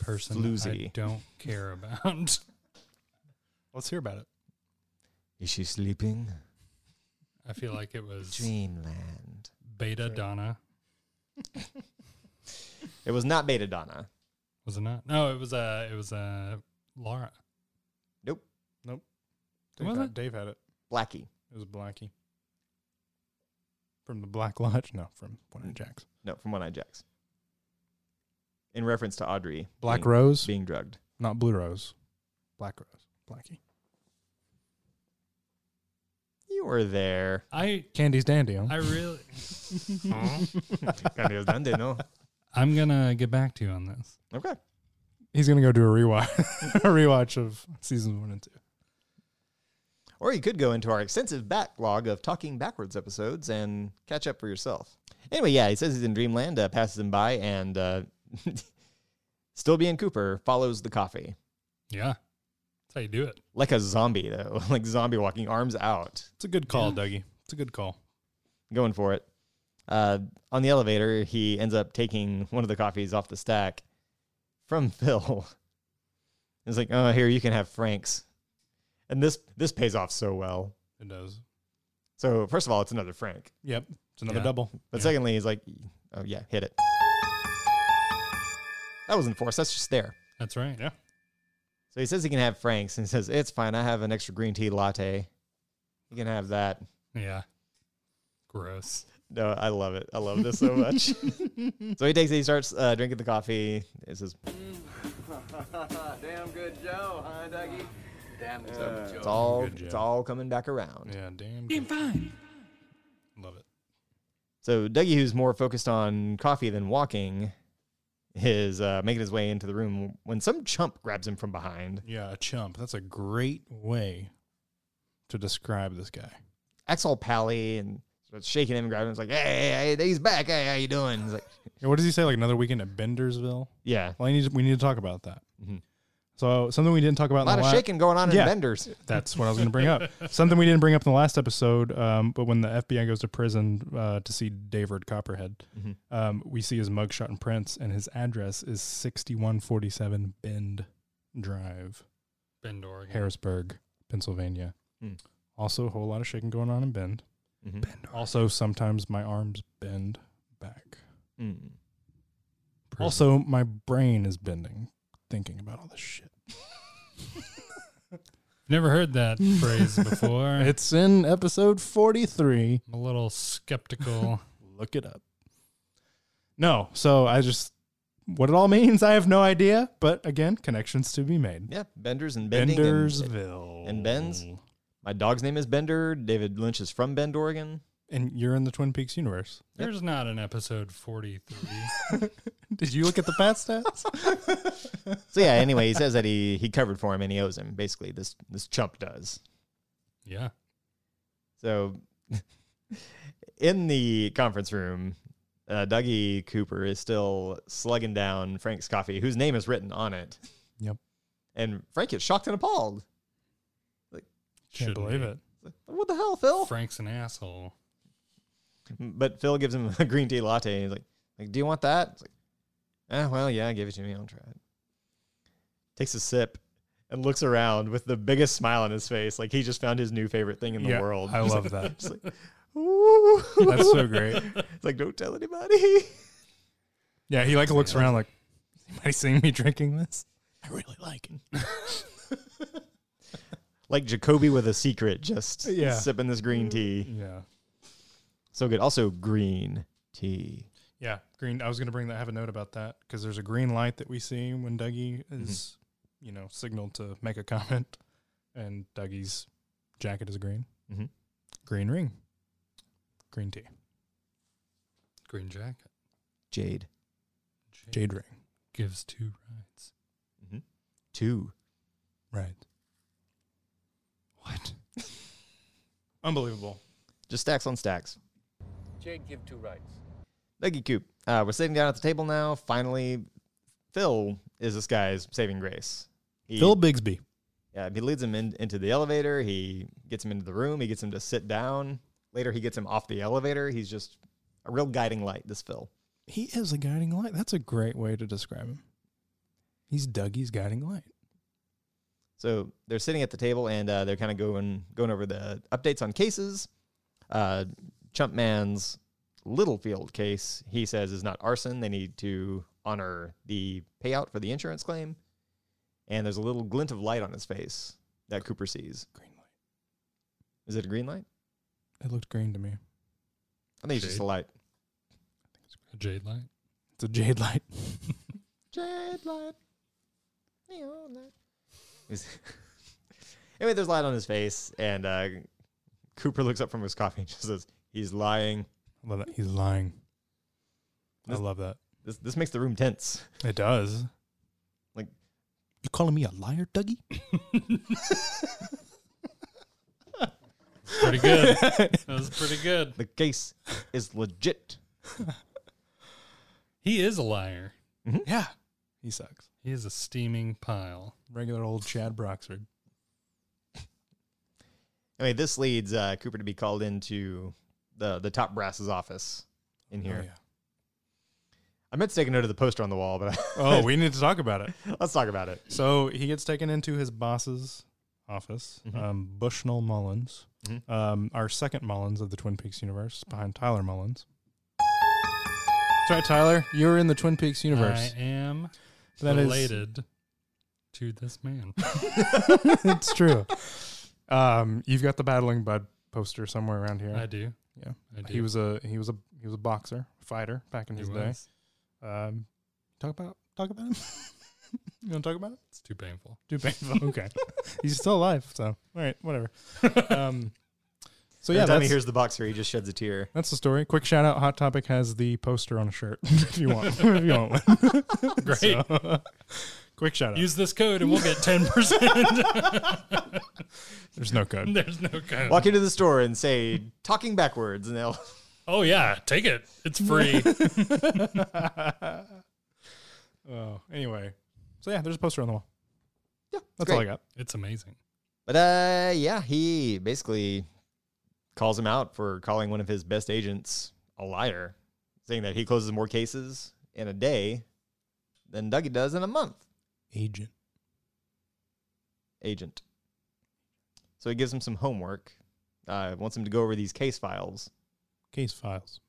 S3: person I
S2: Floozy.
S3: don't care about.
S1: Let's hear about it.
S2: Is she sleeping?
S3: I feel like it was
S2: Dreamland.
S3: Beta Donna.
S2: It was not Beta Donna.
S3: Was it not? No, it was uh it was uh Laura.
S2: Nope.
S1: Dave,
S3: Was
S1: had,
S3: it?
S1: Dave had it.
S2: Blackie.
S1: It was Blackie. From the Black Lodge? No, from
S2: Mm.
S1: One Eye Jacks.
S2: No, from One Eye Jacks. In reference to Audrey.
S1: Black
S2: being,
S1: Rose?
S2: Being drugged.
S1: Not Blue Rose. Black Rose. Blackie.
S2: You were there.
S3: I
S1: Candy's Dandy, huh?
S3: I really
S2: Kind of done, didn't know.
S3: I'm gonna get back to you on this.
S2: Okay.
S1: He's going to go do a rewatch, a rewatch of season one and two.
S2: Or you could go into our extensive backlog of talking backwards episodes and catch up for yourself. Anyway, yeah, he says he's in Dreamland, uh, passes him by, and uh, still being Cooper follows the coffee.
S3: Yeah. That's how you do it.
S2: Like a zombie, though. like zombie walking, arms out.
S1: It's a good call, Dougie. It's a good call.
S2: going for it. Uh, on the elevator, he ends up taking one of the coffees off the stack from Phil. It's like, oh, here you can have Frank's, and this this pays off so well.
S1: It does.
S2: So first of all, it's another Frank,
S1: Yep. It's another
S3: Yeah.
S1: double.
S2: but secondly, he's like, oh yeah, hit it. That wasn't forced. That's just there.
S3: That's right. Yeah.
S2: So he says he can have Frank's, and he says it's fine. I have an extra green tea latte. You can have that.
S3: Yeah. Gross.
S2: No, I love it. I love this so much. so he takes it, he starts uh, drinking the coffee. It says,
S4: Damn good Joe, huh, Dougie? Damn good Joe.
S2: it's all,
S1: Good
S2: it's
S1: job.
S2: all coming back around.
S1: Yeah, damn. Game fine. Love it.
S2: So Dougie, who's more focused on coffee than walking, is uh, making his way into the room when some chump grabs him from behind.
S1: Yeah, a chump. That's a great way to describe this guy.
S2: Acts all pally and starts shaking him and grabbing him. It's like, hey, hey, hey, he's back. Hey, how you doing? He's like,
S1: Yeah, what does he say? Like another weekend at Bendersville?
S2: yeah.
S1: Well, I need to, we need to talk about that.
S2: Mhm.
S1: So something we didn't talk about
S2: A lot
S1: in the
S2: of
S1: la-
S2: shaking going on
S1: Yeah.
S2: in Bender's.
S1: That's what I was going to bring up. Something we didn't bring up in the last episode, um, but when the FBI goes to prison uh, to see David Copperhead,
S2: Mhm.
S1: um, we see his mugshot and prints, and his address is 6147 Bend Drive,
S3: Bend, Oregon.
S1: Harrisburg, Pennsylvania.
S2: Hmm.
S1: Also, a whole lot of shaking going on in Bend.
S2: Mhm.
S1: Also, sometimes my arms bend back.
S2: Mm.
S3: Prison.
S1: Also, my brain is bending thinking about all this shit.
S3: never heard that phrase before.
S1: It's in episode 43.
S3: I'm a little skeptical.
S1: look it up. No, so I just what it all means, I have no idea. But again, connections to be made.
S2: Yeah, Bender's and bending. and-
S1: Bendersville
S2: and Ben's? my dog's name is Bender. David Lynch is from Bend, Oregon.
S1: and you're in the Twin Peaks universe.
S3: There's not an episode 43.
S1: Did you look at the pat stats?
S2: So yeah, anyway, he says that he he covered for him and he owes him. Basically, this this chump does.
S3: yeah.
S2: So in the conference room, uh, Dougie Cooper is still slugging down Frank's coffee, whose name is written on it.
S1: Yep.
S2: And Frank is shocked and appalled.
S1: Can't
S3: Shouldn't
S1: believe
S3: be.
S1: it.
S2: What the hell, Phil?
S3: Frank's an asshole.
S2: But Phil gives him a green tea latte. And he's like, like, do you want that? It's like, eh, well, yeah, give it to me. I'll try it. Takes a sip and looks around with the biggest smile on his face, like he just found his new favorite thing in the
S1: Yeah,
S2: world.
S1: I
S2: Just
S1: love
S2: like-
S1: that.
S2: just like, Ooh.
S1: That's so great.
S2: It's like, don't tell anybody.
S1: Yeah, he like looks around like, is anybody seeing me drinking this? I really like it.
S2: Like Jacoby with a secret, just
S1: Yeah.
S2: sipping this green tea.
S1: Yeah.
S2: So good. Also, green tea.
S1: Yeah, green. I was going to bring that. I have a note about that because there's a green light that we see when Dougie is, you know, signaled to make a comment, and Dougie's jacket is green.
S2: Mhm.
S1: Green ring, green tea,
S3: Green jacket.
S2: Jade.
S1: jade ring.
S3: gives two rides.
S2: Two.
S1: Right. What? Unbelievable.
S2: Just stacks on stacks.
S4: Jade give two rights.
S2: Dougie Coop. Uh, we're sitting down at the table now. Finally, Phil is this guy's saving grace. He,
S1: Phil Bigsby.
S2: yeah, he leads him in, into the elevator. He gets him into the room. He gets him to sit down. Later, he gets him off the elevator. He's just a real guiding light. This Phil.
S1: He is a guiding light. That's a great way to describe him. He's Dougie's guiding light.
S2: So they're sitting at the table and uh, they're kind of going going over the updates on cases. Uh, Chump Man's Littlefield case, he says, is not arson. They need to honor the payout for the insurance claim. And there's a little glint of light on his face that Cooper sees.
S1: Green light.
S2: Is it a green light?
S1: It looked green to me.
S2: I think it's just a
S3: Shade.
S2: light.
S3: A jade light.
S1: It's a jade light.
S2: Jade light. Neon light. Is- anyway, there's light on his face, and uh, Cooper looks up from his coffee and just says, He's lying.
S1: I love that. He's lying. I
S2: This-
S1: love that.
S2: This, this makes the room tense.
S1: It does.
S2: Like-
S1: you calling me a liar, Dougie?
S3: Pretty good. that was pretty good.
S2: The case is legit.
S3: He is a liar.
S1: yeah, he sucks.
S3: He is a steaming pile.
S1: Regular old Chad Broxford.
S2: Anyway, this leads uh, Cooper to be called into the the top brass's office in
S1: Oh,
S2: here. I meant to take a note of the poster on the wall, but
S1: Oh, we need to talk about it.
S2: let's talk about it.
S1: So he gets taken into his boss's office, um, Bushnell Mullins, um, our second Mullins of the Twin Peaks universe, behind Tyler Mullins. That's right, Tyler. You're in the Twin Peaks universe.
S3: I am
S1: That is-
S3: related to this man.
S1: it's true. Um, you've got the Battling Bud poster somewhere around here.
S3: I do.
S1: yeah,
S3: I do.
S1: he was a he was a he was a boxer, fighter back in
S3: He
S1: his day.
S3: was.
S1: Um, talk about talk about him. you want to talk about it?
S3: It's too painful.
S1: Too painful. Okay, he's still alive. So all right, whatever. Um, so yeah,
S2: Every time
S1: that's,
S2: he hears the boxer, he just sheds a tear.
S1: that's the story. Quick shout out: Hot Topic has the poster on a shirt if you want. if you want one.
S3: Great.
S1: So, quick shout out.
S3: Use this code and we'll get ten percent.
S1: There's no code.
S3: There's no code.
S2: Walk into the store and say "talking backwards," and they'll
S3: Oh yeah, take it. It's free.
S1: Oh, anyway. So yeah, there's a poster on the wall.
S2: yeah, it's
S1: That's all I
S2: great.
S1: got.
S3: it's amazing.
S2: But uh, yeah, he basically calls him out for calling one of his best agents a liar, saying that he closes more cases in a day than Dougie does in a month.
S1: Agent.
S2: Agent. So he gives him some homework. Uh, wants him to go over these case files.
S1: Case files.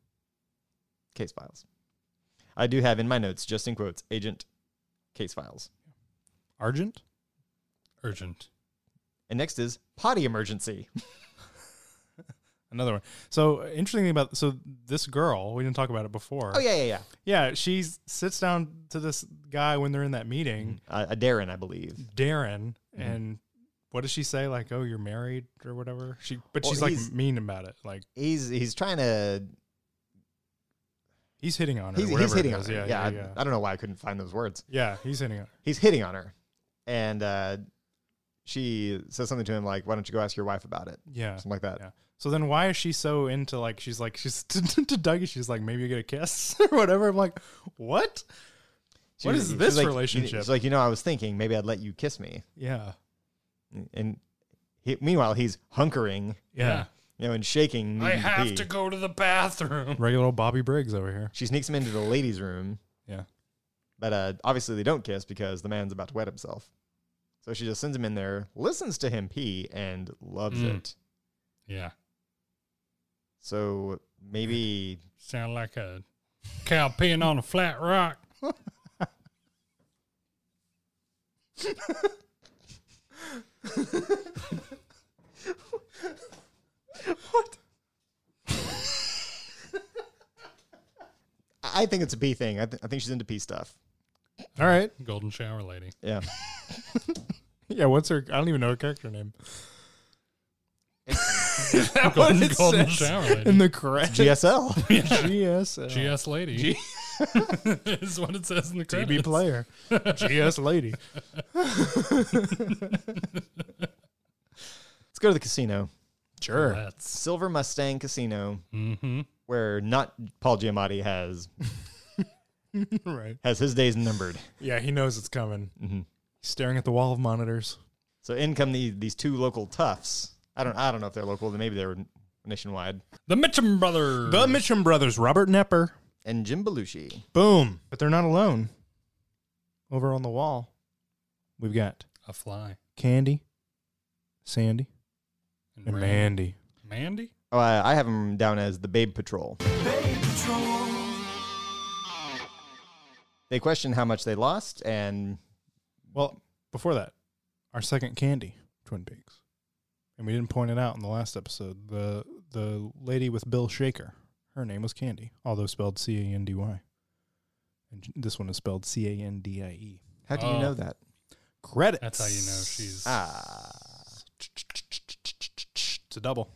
S2: Case files. I do have in my notes, just in quotes, agent case files.
S1: Argent?
S3: Urgent.
S2: And next is potty emergency.
S1: Another one. So uh, interesting thing about so this girl, we didn't talk about it before.
S2: Oh yeah, yeah, yeah.
S1: Yeah, she s- sits down to this guy when they're in that meeting,
S2: Uh, a Darren, I believe.
S1: Darren,
S2: Mm-hmm.
S1: and what does she say? Like, oh, you're married or whatever. She but
S2: Well,
S1: she's like
S2: he's-
S1: mean about it. Like
S2: He's he's trying to
S1: he's hitting on her.
S2: he's, he's
S1: whatever it
S2: hitting on
S1: is.
S2: her. Yeah,
S1: Yeah,
S2: I,
S1: yeah, yeah.
S2: I don't know why I couldn't find those words.
S1: Yeah, he's hitting on her.
S2: He's hitting on her, and uh, she says something to him like, "Why don't you go ask your wife about it?"
S1: Yeah.
S2: Something like that.
S1: Yeah. So then why is she so into like she's like she's to, to, to Dougie, she's like, maybe you get a kiss or whatever. I'm like, what?
S2: She
S1: What
S2: was-
S1: is
S2: she's
S1: this
S2: like,
S1: relationship?
S2: She's like, "You know, I was thinking maybe I'd let you kiss me,"
S1: Yeah.
S2: and he, meanwhile he's hunkering,
S1: Yeah.
S2: you know, and shaking.
S3: I
S2: needing
S3: have
S2: pee.
S3: to go to the bathroom.
S1: Regular old Bobby Briggs over here.
S2: She sneaks him into the ladies' room,
S1: Yeah.
S2: but uh, obviously they don't kiss because the man's about to wet himself. So she just sends him in there, listens to him pee, and loves
S3: Mm.
S2: it.
S3: Yeah.
S2: So maybe
S3: Sound like a cow peeing on a flat rock.
S2: I think it's a pee thing. I, th- I think she's into pee stuff.
S1: All right.
S3: Golden shower lady.
S2: Yeah.
S1: Yeah, what's her I don't even know her character name.
S3: Golden,
S1: it
S3: golden
S1: says.
S3: shower lady.
S1: In the correct
S2: GSL.
S1: GS
S3: GS lady is what it says in the
S1: DB
S3: credits.
S1: player. GS lady.
S2: Let's go to the casino.
S1: Sure.
S3: That's
S2: Silver Mustang Casino,
S3: mm-hmm.
S2: where not Paul Giamatti has
S1: right.
S2: has his days numbered.
S1: Yeah, he knows it's coming.
S2: Mhm.
S1: He's staring at the wall of monitors.
S2: So in come the, these two local toughs. I don't I don't know if they're local. Maybe they're nationwide.
S3: the Mitchum brothers.
S1: The Mitchum brothers, Robert Nepper.
S2: And Jim Belushi.
S1: Boom. But they're not alone. Over on the wall, we've got
S3: a fly
S1: Candy, Sandy,
S3: and,
S1: and
S3: Ram-
S1: Mandy.
S3: Mandy.
S2: Oh, I, I have him down as the Babe Patrol. They question how much they lost, and
S1: Well, before that, our second candy, Twin Peaks. And we didn't point it out in the last episode. The the lady with Bill Shaker, her name was Candy, although spelled C A N D Y. And j- this one is spelled C A N D I E.
S2: how do you
S3: Oh.
S2: know that?
S1: Credits.
S3: That's how you know she's.
S2: Ah,
S1: It's a double.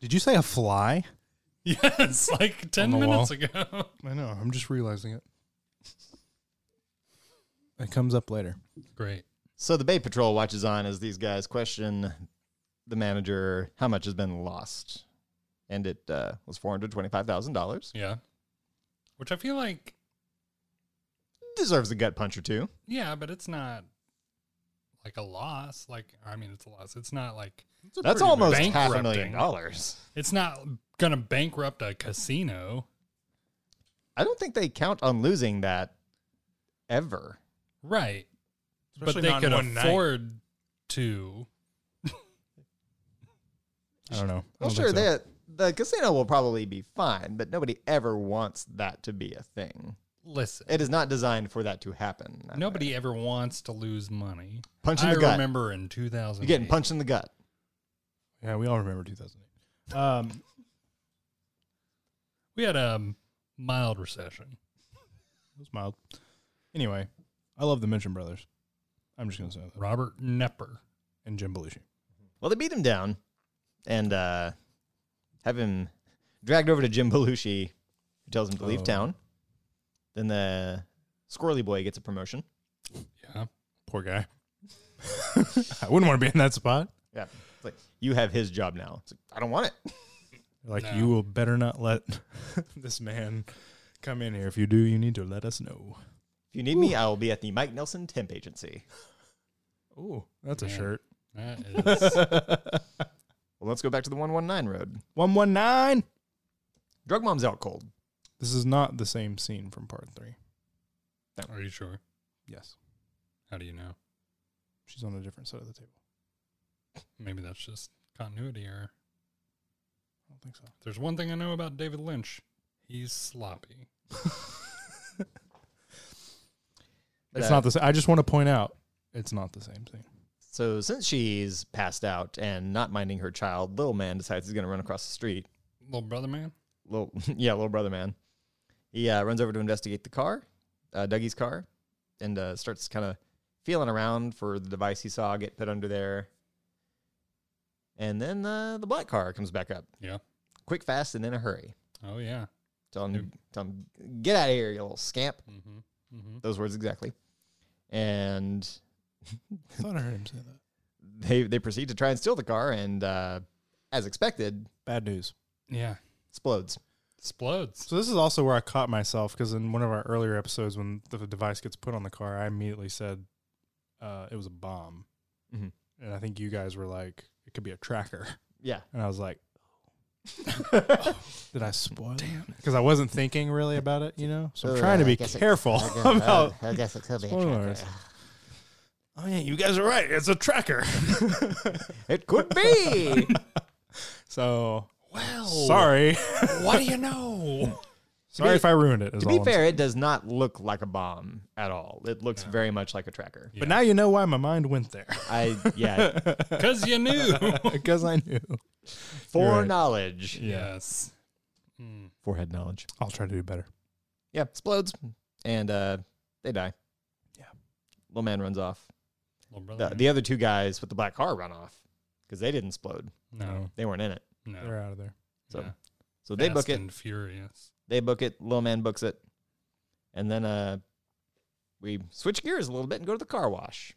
S1: Did you say a fly?
S3: Yes, like ten
S1: the
S3: minutes
S1: wall.
S3: ago.
S1: I know. I'm just realizing it. It comes up later.
S3: Great.
S2: So the Bay Patrol watches on as these guys question the manager how much has been lost, and it uh, was four hundred twenty-five thousand dollars.
S3: Yeah. Which I feel like,
S2: Deserves a gut punch or two.
S3: yeah, but it's not like a loss. Like I mean, it's a loss. It's not like
S2: That's almost half a
S3: bankrupting.
S2: million dollars.
S3: it's not gonna bankrupt a casino,
S2: I don't think they count on losing that ever.
S3: right?
S1: Especially
S3: but
S1: not
S3: they
S1: in
S3: could
S1: one night.
S3: afford to.
S1: I don't know. I
S2: Well,
S1: don't
S2: sure,
S1: think so.
S2: that the casino will probably be fine, but nobody ever wants that to be a thing.
S3: Listen,
S2: It is not designed for that to happen. that
S3: nobody
S2: way.
S3: ever wants to lose money.
S2: Punch in
S3: I
S2: the gut.
S3: remember in two thousand.
S2: You're getting punched in the gut.
S1: Yeah, we all remember 2008. Um,
S3: We had a mild recession.
S1: it was mild. Anyway, I love the Mention Brothers. I'm just gonna say that.
S3: Robert Nepper.
S1: And Jim Belushi.
S2: Well, they beat him down and uh, have him dragged over to Jim Belushi, who tells him to leave
S1: Oh.
S2: town. Then the squirrely boy gets a promotion.
S3: Yeah,
S1: Poor guy. I wouldn't want to be in that spot.
S2: Yeah. It's like, you have his job now. It's like, I don't want it.
S1: Like
S3: No.
S1: you will better not let this man come in here. If you do, you need to let us know.
S2: If you need me, I will be at the Mike Nelson Temp Agency.
S1: Ooh, that's a
S3: Man.
S1: shirt.
S3: that is
S2: Well, let's go back to the 119 road.
S1: One one nine.
S2: Drug mom's out cold.
S1: This is not the same scene from part three.
S3: Are you sure?
S1: Yes,
S3: How do you know?
S1: she's on a different side of the table.
S3: Maybe that's just continuity error.
S1: I don't think so.
S3: If There's one thing I know about David Lynch. He's sloppy.
S1: It's
S2: Uh,
S1: not the same. I just want to point out it's not the same thing.
S2: So since she's passed out and not minding her child, little man decides he's going to run across the street.
S3: Little brother man.
S2: Little, yeah, little brother man. He uh, runs over to investigate the car, uh, Dougie's car, and uh, starts kind of feeling around for the device he saw get put under there. And then uh, the black car comes back up,
S3: Yeah.
S2: quick, fast, and in a hurry.
S3: Oh yeah.
S2: Tell him, tell him, get out of here, you little scamp.
S3: Mm-hmm. Mm-hmm.
S2: Those words exactly. And
S1: I thought I heard him say that.
S2: they they proceed to try and steal the car, and uh, as expected,
S1: Bad news.
S3: Yeah.
S2: explodes.
S3: Explodes.
S1: So this is also where I caught myself because in one of our earlier episodes, when the device gets put on the car, I immediately said uh, it was a bomb,
S2: Mhm.
S1: and I think you guys were like, "It could be a tracker,"
S2: Yeah.
S1: and I was like, "Did I spoil?" Damn, because I wasn't thinking really about it, you know. So I'm trying to be careful about.
S6: I guess it could be a
S1: spoilers.
S6: tracker.
S1: Oh yeah, you guys are right. It's a tracker.
S2: It could be.
S1: so
S3: Well,
S1: sorry,
S3: what do you know?
S1: sorry
S2: be-
S1: if I ruined it. is
S2: to
S1: all
S2: be
S1: I'm
S2: fair, it does not look like a bomb at all. It looks very much like a tracker.
S1: But now you know why my mind went there
S2: I yeah,
S3: Because you knew.
S1: because I knew.
S2: foreknowledge,
S3: yes. Mm.
S2: forehead knowledge.
S1: I'll try to do better.
S2: Yeah, explodes, and uh, they die.
S1: Yeah.
S2: little man runs off.
S3: Little
S2: The,
S3: brother.
S2: the other two guys with the black car run off because they didn't explode.
S3: man.
S2: They weren't in it.
S3: no. No.
S1: They're out of there.
S2: So
S3: Yeah.
S2: so they
S3: Fast
S2: book it.
S3: And furious.
S2: they book it, little man books it, and then uh, we switch gears a little bit and go to the car wash.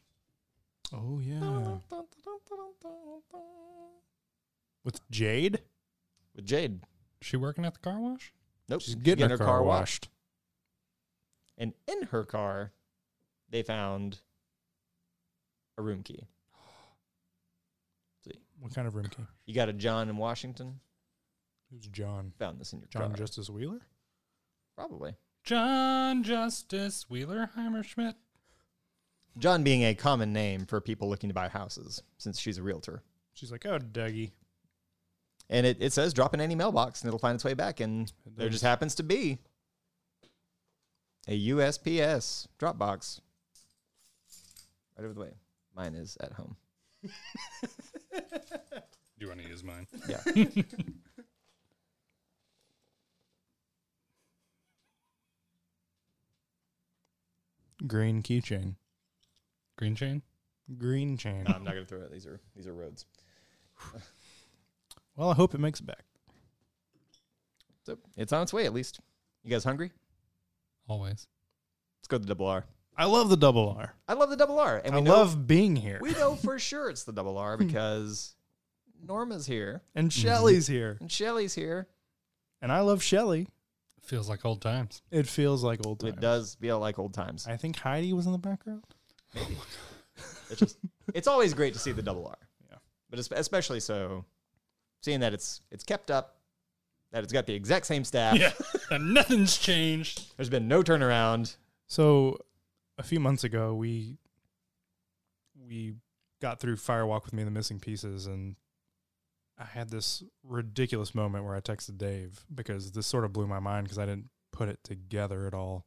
S1: Oh yeah, with Jade,
S2: With Jade,
S3: She working at the car wash?
S2: nope,
S1: she's getting, her, car, washed.
S2: and in her car, they found a room key.
S1: What kind of room key?
S2: You got a John in Washington.
S1: Who's John?
S2: Found this in your
S1: John
S2: car,
S1: Justice Wheeler.
S2: probably.
S3: John Justice Wheeler Heimerschmidt.
S2: John being a common name for people looking to buy houses, since she's a realtor.
S1: She's like, oh Dougie,
S2: And it, it says drop in any mailbox and it'll find its way back. And
S1: It
S2: there
S1: does.
S2: just happens to be a USPS drop box right over the way. Mine is at home.
S3: Do you want to use mine?
S2: Yeah.
S1: green keychain,
S3: Green chain?
S1: green chain.
S2: No, I'm not gonna throw it. These are these are roads.
S1: well, I hope it makes it back.
S2: So it's on its way at least. You guys hungry?
S3: Always.
S2: Let's go to the double R.
S1: I love the double R.
S2: I love the double R. And
S1: I
S2: we know,
S1: love being here.
S2: we know for sure it's the double R because Norma's here
S1: And Shelly's here,
S2: and Shelly's here.
S1: Mhm. and I love Shelly.
S3: Feels like old times.
S1: It feels like old times.
S2: It does feel like old times.
S1: I think Heidi was in the background.
S2: It's just it's always great to see the double R. Yeah. But es- especially so seeing that it's it's kept up, that it's got the exact same staff.
S3: Yeah. and nothing's changed.
S2: There's been no turnaround.
S1: So, a few months ago, we we got through Firewalk with me and the missing pieces, and I had this ridiculous moment where I texted Dave because this sort of blew my mind because I didn't put it together at all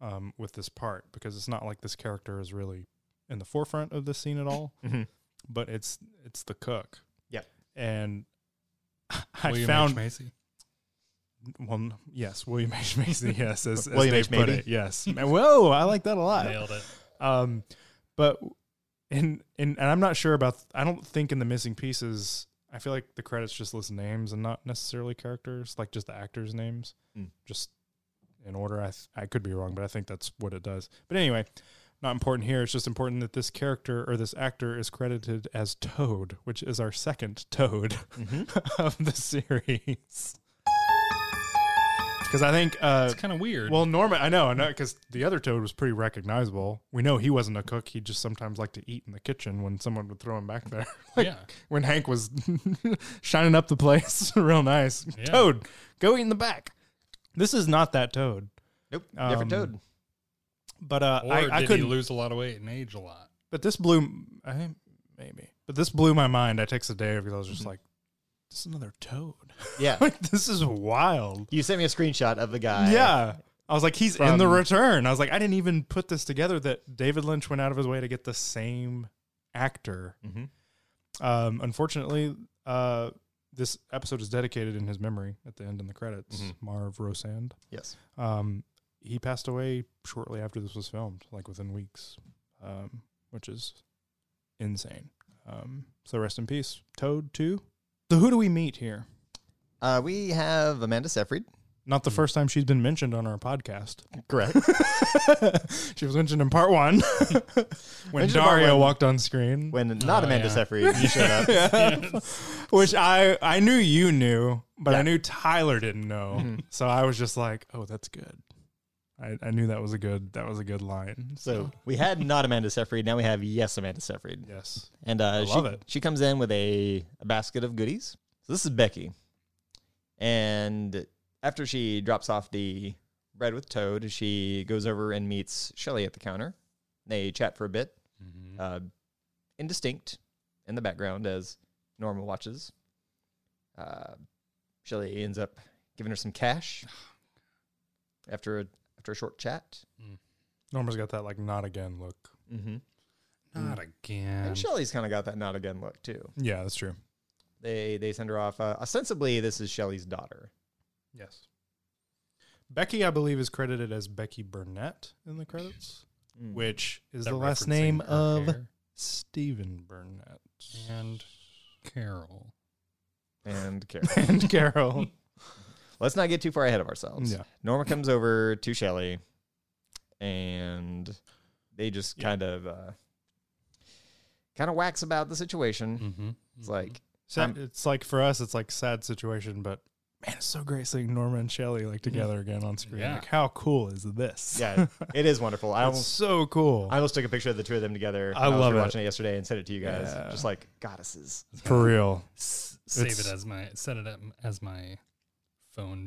S1: um, with this part because it's not like this character is really in the forefront of this scene at all,
S3: Mm-hmm.
S2: Mhm.
S1: but it's it's the cook.
S2: Yep.
S1: and I
S3: William H.
S1: found
S3: Macy.
S1: well, n- yes, William H. Macy, yes, as, as
S2: William
S1: Dave
S2: H.
S1: put
S2: Maybe.
S1: it, yes. Man, whoa, I like that a lot.
S3: Nailed it.
S1: Um, but in in and I'm not sure about. I don't think in the missing pieces. I feel like the credits just list names and not necessarily characters, like just the actors' names,
S2: Mm.
S1: just in order. I th- I could be wrong, but I think that's what it does. But anyway, not important here. It's just important that this character or this actor is credited as Toad, which is our second Toad
S3: Mm-hmm.
S1: of the series. Because I think uh,
S3: It's kind of weird.
S1: well, Norman, I know, I know, because the other Toad was pretty recognizable. We know he wasn't a cook; he just sometimes liked to eat in the kitchen when someone would throw him back there. like
S3: yeah.
S1: when Hank was shining up the place, real nice.
S3: Yeah.
S1: Toad, go eat in the back. This is not that Toad,
S2: Nope. Different
S1: Um,
S2: toad.
S1: but uh,
S3: Or
S1: I, I
S3: did
S1: couldn't.
S3: he lose a lot of weight and age a lot?
S1: but this blew, I think maybe. But this blew my mind. I texted Dave because I was just
S3: Mm-hmm.
S1: like, "This is another Toad.
S2: Yeah.
S1: like this is wild."
S2: you sent me a screenshot of the guy.
S1: Yeah. I was like, he's in
S2: From-
S1: the return. I was like, I didn't even put this together that David Lynch went out of his way to get the same actor.
S2: Mhm.
S1: Um, unfortunately, uh, this episode is dedicated in his memory at the end in the credits. Marv Rosand.
S2: Yes.
S1: Um, he passed away shortly after this was filmed, like within weeks, um, which is insane. Um, so rest in peace, Toad 2. So who do we meet here?
S2: Uh, we have Amanda Seyfried.
S1: Not the first time she's been mentioned on our podcast.
S2: Correct.
S1: she was mentioned in part one when
S2: Mentioned in part
S1: Dario
S2: one.
S1: walked on screen,
S2: when not Amanda
S3: Oh, yeah.
S2: Seyfried, you showed up.
S1: which I I knew you knew, but I knew Tyler didn't know,
S2: Mm-hmm.
S1: so I was just like, oh, that's good. I, I knew that was a good that was a good line.
S2: Mm-hmm. So we had not Amanda Seyfried. Now we have yes Amanda Seyfried.
S1: Yes,
S2: And uh, she,
S1: love it.
S2: she comes in with a, a basket of goodies. So this is Becky. And after she drops off the bread with Toad, she goes over and meets Shelly at the counter. They chat for a bit, uh, indistinct in the background as Norma watches. Uh, Shelly ends up giving her some cash after a, after a short chat.
S1: Norma's got that like not again look.
S2: Mm-hmm.
S3: Not again.
S2: And Shelly's kind of got that not again look, too.
S1: Yeah, that's true.
S2: They, they send her off. Uh, ostensibly, this is Shelly's daughter.
S1: Yes. Becky, I believe, is credited as Becky Burnett in the credits,
S2: Mm.
S1: which is
S3: That
S1: the last
S3: referencing
S1: name
S3: her
S1: of
S3: hair
S1: Stephen Burnett.
S3: and Carol.
S2: and Carol.
S1: and Carol.
S2: Let's not get too far ahead of ourselves.
S1: Yeah.
S2: Norma comes over to Shelly, and they just kind of uh, kind of wax about the situation.
S3: Mm-hmm.
S2: It's like
S1: So
S2: I'm-
S1: it's like for us, it's like sad situation, but man, it's so great seeing Norma and Shelley like together again on screen.
S3: Yeah.
S1: Like, how cool is this?
S2: yeah, it is wonderful. I
S1: it's
S2: almost
S1: so cool
S2: I almost took a picture of the two of them together.
S1: I
S2: when was
S1: love it.
S2: Watching it yesterday and sent it to you guys.
S1: Yeah.
S2: Just like goddesses.
S1: for real.
S3: Save
S1: It's-
S3: it as my set it up as my phone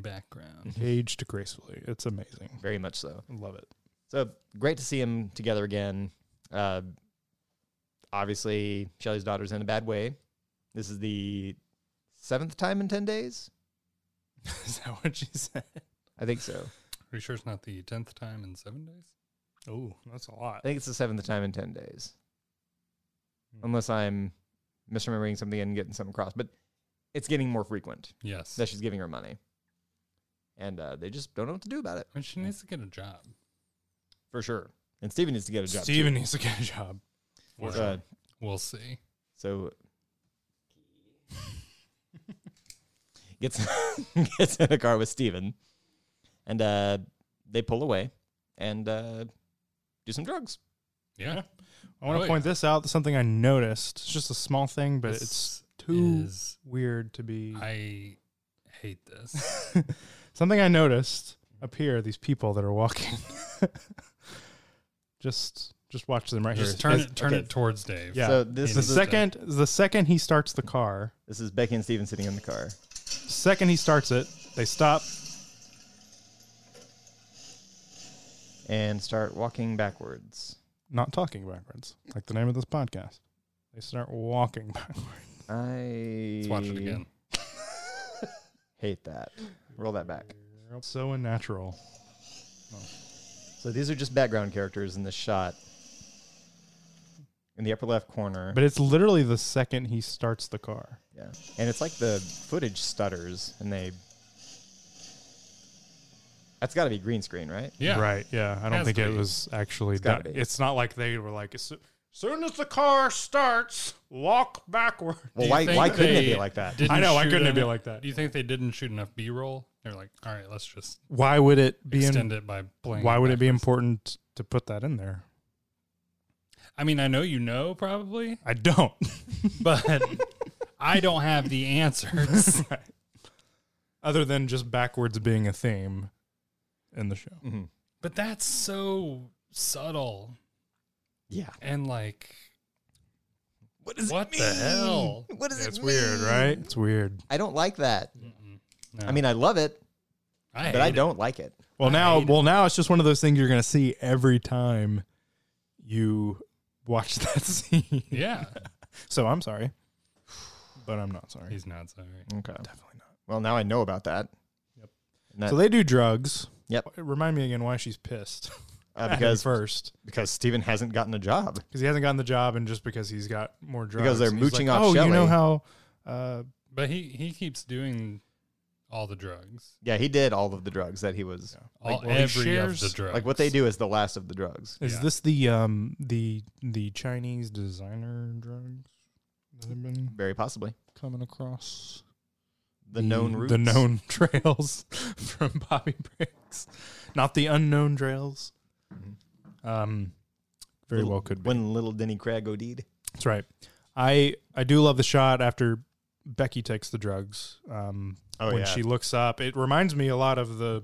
S3: background.
S1: Aged gracefully, it's amazing.
S2: Very much so.
S1: Love it.
S2: So great to see them together again. Uh, obviously, Shelly's daughter's in a bad way. This is the seventh time in ten days.
S1: is that what she said?
S2: I think so.
S3: Are you sure it's not the tenth time in seven days?
S1: Oh, that's a lot.
S2: I think it's the seventh time in ten days, unless I'm misremembering something and getting something crossed. But it's getting more frequent
S3: Yes.
S2: that she's giving her money, and uh, they just don't know what to do about it
S3: and she needs to get a job.
S2: for sure. And Steven needs to get a job.
S1: Steven needs to get a job.
S2: too.
S3: Or-
S2: Uh,
S3: We'll see.
S2: so gets gets in a car with Steven, and uh, they pull away and uh, do some drugs.
S3: Yeah.
S1: I want to
S3: Oh,
S1: point this out. Something I noticed. It's just a small thing, but it's
S3: This
S1: too
S3: is-
S1: weird to be.
S3: I hate this.
S1: Something I noticed up here, these people that are walking. just Just watch them right here.
S3: Just turn
S1: It's-
S3: it turn
S2: okay.
S3: it towards Dave.
S1: Yeah.
S2: So this
S1: the
S2: is
S1: second the second he starts the car,
S2: This is Becky and Steven sitting in the car.
S1: second he starts it, they stop.
S2: and start walking backwards.
S1: Not talking backwards, like the name of this podcast. They start walking backwards.
S2: I
S3: Let's watch it again.
S2: hate that. Roll that back.
S1: So unnatural.
S2: So these are just background characters in this shot. In the upper left corner.
S1: But it's literally the second he starts the car.
S2: yeah. And it's like the footage stutters and they That's gotta be green screen, right?
S3: Yeah.
S1: Right. Yeah. I don't
S3: Has
S1: think
S3: to
S1: it
S3: be.
S1: was actually
S2: gotta
S1: that.
S2: be.
S1: It's not like they were like, as soon as the car starts, walk backward.
S2: Well
S3: you
S2: why
S3: think
S2: why couldn't it
S3: they
S2: be like that?
S3: didn't
S1: I know, why
S3: shoot
S1: couldn't it be
S3: enough-
S1: like that?
S3: Do you think they didn't shoot enough B roll? They're like, all right, let's just
S1: Why would it be?
S3: extend
S1: In,
S3: it by playing.
S1: why would it be
S3: backwards.
S1: important to put that in there?
S3: I mean, I know you know probably,
S1: I don't.
S3: but I don't have the answers.
S1: Other than just backwards being a theme in the show.
S2: Mm-hmm.
S3: but that's so subtle
S2: Yeah.
S3: and like
S2: What does
S3: what the hell?
S2: What is
S1: It's weird, right? It's weird.
S2: I don't like that.
S3: No.
S2: I mean I love it,
S3: I
S2: but I
S3: hate it.
S2: don't like it.
S1: Well, now, well, now it's just one of those things you're going to see every time you watch that scene.
S3: Yeah,
S1: So I'm sorry, but I'm not sorry.
S3: he's not sorry.
S2: Okay. Definitely not. Well now I know about that. Yep.
S1: So they do drugs.
S2: Yep.
S1: Remind me again why she's pissed.
S2: uh,
S1: at him
S2: because
S1: first,
S2: because Steven hasn't gotten a job.
S1: because he hasn't gotten the job, and just because he's got more drugs,
S2: Because they're
S1: And he's
S2: mooching
S1: like,
S2: off
S1: Oh, you know
S2: Shelley."
S1: how? Uh,
S3: But he he keeps doing all the drugs,
S2: Yeah, he did all of the drugs that he was.
S3: all
S1: well, he
S3: every of the
S1: shares-
S3: drugs.
S2: Like what they do is the last of the drugs.
S1: is
S3: Yeah.
S1: this the um the the Chinese designer drugs that have been
S2: Very possibly.
S1: coming across
S2: The known routes.
S1: Mm, the known trails from Bobby Briggs, not the unknown trails.
S2: Mm-hmm.
S1: Um, very well could be.
S2: When little Denny Craig OD'd.
S1: That's right. I I do love the shot after Becky takes the drugs. Um,
S2: Oh,
S1: when
S2: yeah.
S1: she looks up, it reminds me a lot of the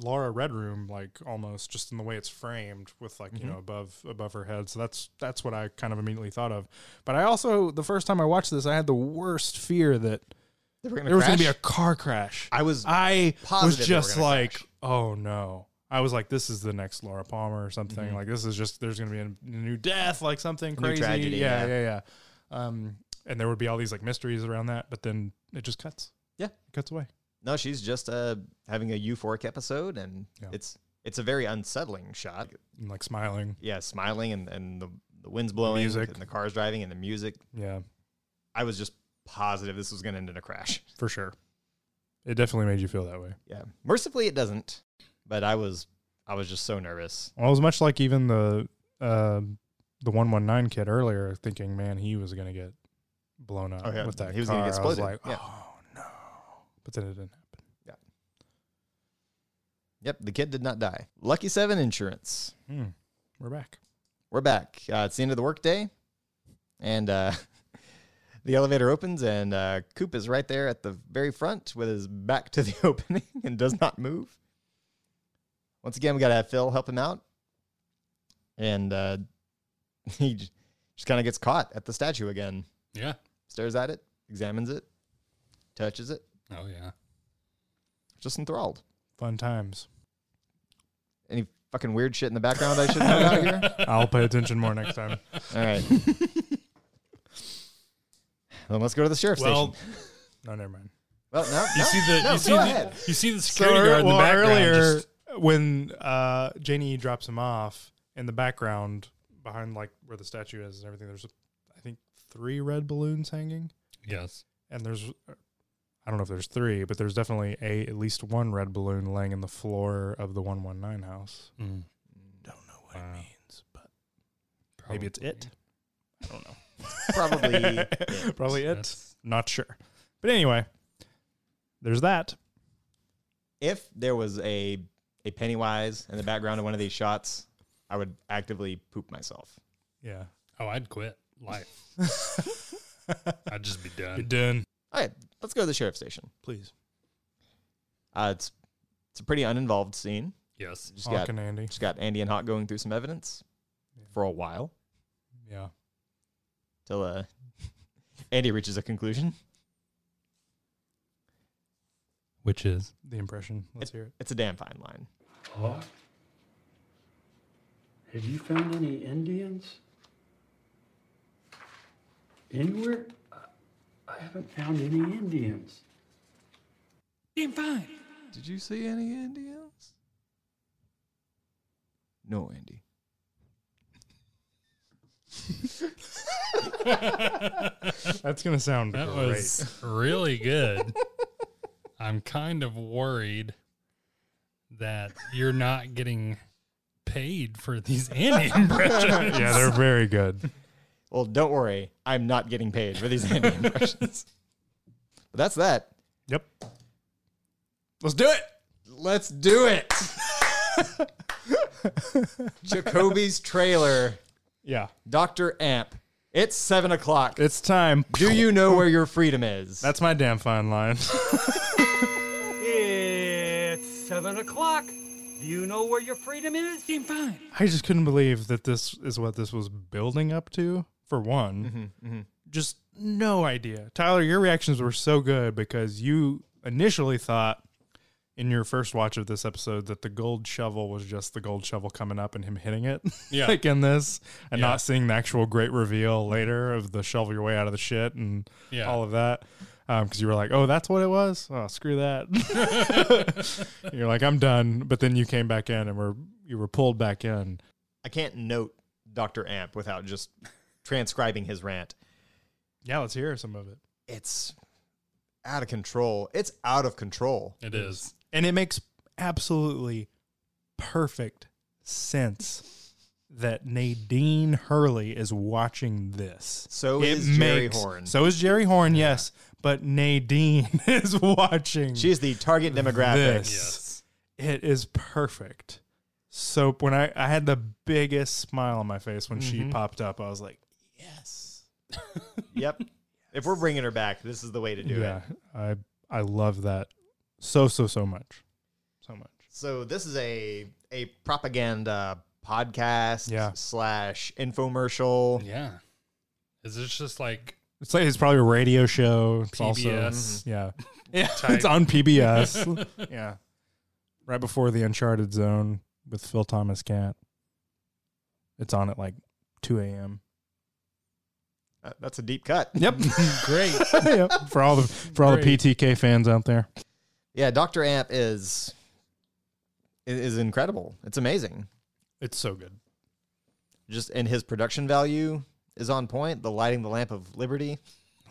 S1: Laura Red Room, like almost just in the way it's framed, with like
S2: Mm-hmm.
S1: you know above above her head. So that's that's what I kind of immediately thought of. But I also the first time I watched this, I had the worst fear that
S2: They were gonna
S1: there was going to be a
S2: crash?
S1: car crash.
S2: I was
S1: I was
S2: positive they were
S1: just
S2: gonna
S1: like,
S2: crash.
S1: oh no. I was like, this is the next Laura Palmer or something. Like this is just there's gonna be a new death, like something
S2: Mm-hmm. new
S1: crazy.
S2: tragedy,
S1: yeah,
S2: yeah.
S1: yeah, yeah, Um, and there would be all these like mysteries around that, but then it just cuts.
S2: Yeah.
S1: it cuts away.
S2: No, she's just uh having a euphoric episode and
S1: Yeah.
S2: it's it's a very unsettling shot.
S1: And, like smiling.
S2: Yeah, smiling and, and the, the wind's blowing
S1: Music.
S2: and the car's driving and the music.
S1: Yeah,
S2: I was just positive this was gonna end in a crash.
S1: for sure. It definitely made you feel that way.
S2: Yeah. Mercifully it doesn't. But I was I was just so nervous.
S1: Well, it was much like even the uh, the one one nine kid earlier, thinking, man, he was gonna get blown up
S2: Oh, yeah.
S1: with that.
S2: He was
S1: car.
S2: gonna get
S1: I
S2: exploded.
S1: was like,
S2: Yeah.
S1: oh no, but then it didn't happen.
S2: Yep, the kid did not die. Lucky seven insurance.
S1: Hmm. We're back.
S2: we're back. Uh, it's the end of the workday, and uh, the elevator opens, and uh, Coop is right there at the very front with his back to the opening and does not move. Once again, we got to have Phil help him out, and uh, he j- just kind of gets caught at the statue again.
S3: Yeah.
S2: Stares at it, examines it, touches it,
S3: Oh yeah.
S2: just enthralled.
S1: Fun times.
S2: Any fucking weird shit in the background I should know about here?
S1: I'll pay attention more next time.
S2: All right. then let's go to the sheriff's
S3: Well,
S2: station.
S1: No, never mind.
S2: Well, no,
S3: you
S2: no,
S3: see the
S2: no,
S3: you see
S2: go
S3: the,
S2: ahead.
S3: you see the security guard in the
S1: well,
S3: background.
S1: earlier
S3: just-
S1: when uh, Janie drops him off in the background behind like where the statue is and everything, there's I think three red balloons hanging,
S3: yes.
S1: and there's uh, I don't know if there's three, but there's definitely a at least one red balloon laying in the floor of the one one nine house.
S3: Mm.
S1: Don't know what
S3: Wow.
S1: it means, but maybe it's
S3: Probably.
S1: it. I don't know.
S2: Probably.
S1: Probably it.
S3: That's-
S1: Not sure. But anyway, there's that.
S2: if there was a a Pennywise in the background of one of these shots, I would actively poop myself.
S1: Yeah.
S3: Oh, I'd quit life. I'd just be done.
S1: done.
S2: All right, let's go to the sheriff's station.
S1: Please.
S2: Uh, it's it's a pretty uninvolved scene.
S3: Yes.
S2: Just
S1: Hawk
S2: got
S1: and Andy.
S2: just got Andy and Hawk going through some evidence. for a while
S1: Yeah.
S2: till uh, Andy reaches a conclusion.
S3: Which is
S1: The impression. Let's hear it.
S2: It's a damn fine line.
S6: What? Have you found any Indians? Anywhere? I- I haven't found any Indians.
S2: Did you see any Indians? No, Andy.
S1: That's gonna sound
S3: that
S1: great.
S3: was really good. I'm kind of worried that you're not getting paid for these Andy impressions.
S1: yeah, they're very good.
S2: Well, don't worry. I'm not getting paid for these Andy impressions. But that's that.
S1: Yep. Let's do it.
S2: Let's do it. Jacoby's trailer,
S1: Yeah.
S2: Dr. Amp. It's seven o'clock.
S1: It's time.
S2: Do you know where your freedom is?
S1: That's my damn fine line.
S7: It's seven o'clock. Do you know where your freedom is? Game fine.
S1: I just couldn't believe that this is what this was building up to. For one,
S3: Mm-hmm,
S1: just no idea. Tyler, your reactions were so good because you initially thought in your first watch of this episode that the gold shovel was just the gold shovel coming up and him hitting it,
S3: Yeah.
S1: like in this, and
S3: Yeah.
S1: not seeing the actual great reveal later of the shovel your way out of the shit and
S3: Yeah.
S1: all of that. Because you were like, oh, that's what it was? Oh, screw that. You're like, I'm done. But then you came back in and were, you were pulled back in.
S2: I can't note Dr. Amp without just transcribing his rant.
S1: Yeah, let's hear some of it.
S2: It's out of control. It's out of control.
S3: It is.
S1: And it makes absolutely perfect sense that Nadine Hurley is watching this.
S2: So
S1: it
S2: is Jerry Horn.
S1: So is Jerry Horn, yes. But Nadine is watching.
S2: She is the target demographic.
S1: This. it is perfect. So when I, I had the biggest smile on my face when she popped up, I was like,
S2: Yep. If we're bringing her back, this is the way to do
S1: yeah,
S2: it.
S1: I I love that so so so much. So much.
S2: So this is a a propaganda podcast
S1: Yeah.
S2: slash infomercial.
S3: Yeah. Is this just like
S1: It's like it's probably a radio show. It's
S3: PBS.
S1: also mm-hmm. yeah. it's on PBS. yeah. Right before the Uncharted Zone with Phil Thomas Cat. It's on at like 2 a.m.
S2: Uh, that's a deep cut.
S1: Yep. Great. yep. For all the for all
S3: Great.
S1: the PTK fans out there.
S2: Yeah, Doctor Amp is i- is incredible. It's amazing.
S1: It's so good.
S2: Just and his production value is on point. The lighting the lamp of liberty.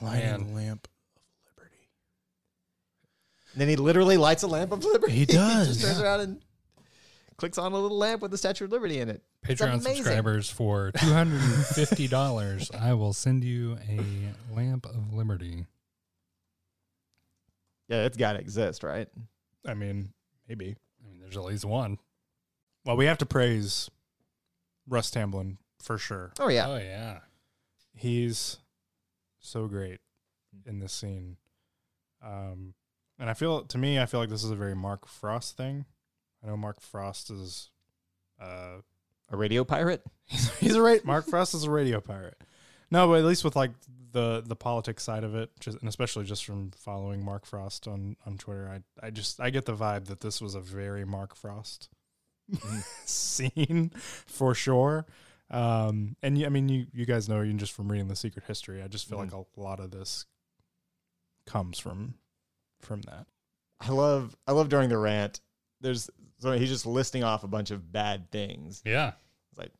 S1: Lighting the lamp.
S2: And then he literally lights a lamp of liberty.
S1: He does.
S2: just turns around and clicks on a little lamp with the Statue of Liberty in it. It's
S3: Patreon
S2: amazing.
S3: subscribers for two hundred and fifty dollars? I will send you a lamp of liberty.
S2: Yeah, it's gotta exist, right?
S1: I mean, maybe.
S3: I mean, there's at least one.
S1: Well, we have to praise Russ Tamblin for sure.
S2: Oh yeah.
S3: Oh yeah.
S1: he's so great in this scene. Um, and I feel to me, I feel like this is a very Mark Frost thing. I know Mark Frost is, uh,
S2: A radio pirate?
S1: he's a right. Mark Frost is a radio pirate. No, but at least with like the the politics side of it, just and especially just from following Mark Frost on on Twitter, I I just I get the vibe that this was a very Mark Frost scene for sure. Um, and you, I mean, you you guys know even just from reading the Secret History, I just feel like a lot of this comes from from that.
S2: I love I love during the rant. There's so he's just listing off a bunch of bad things.
S3: Yeah.
S2: It's like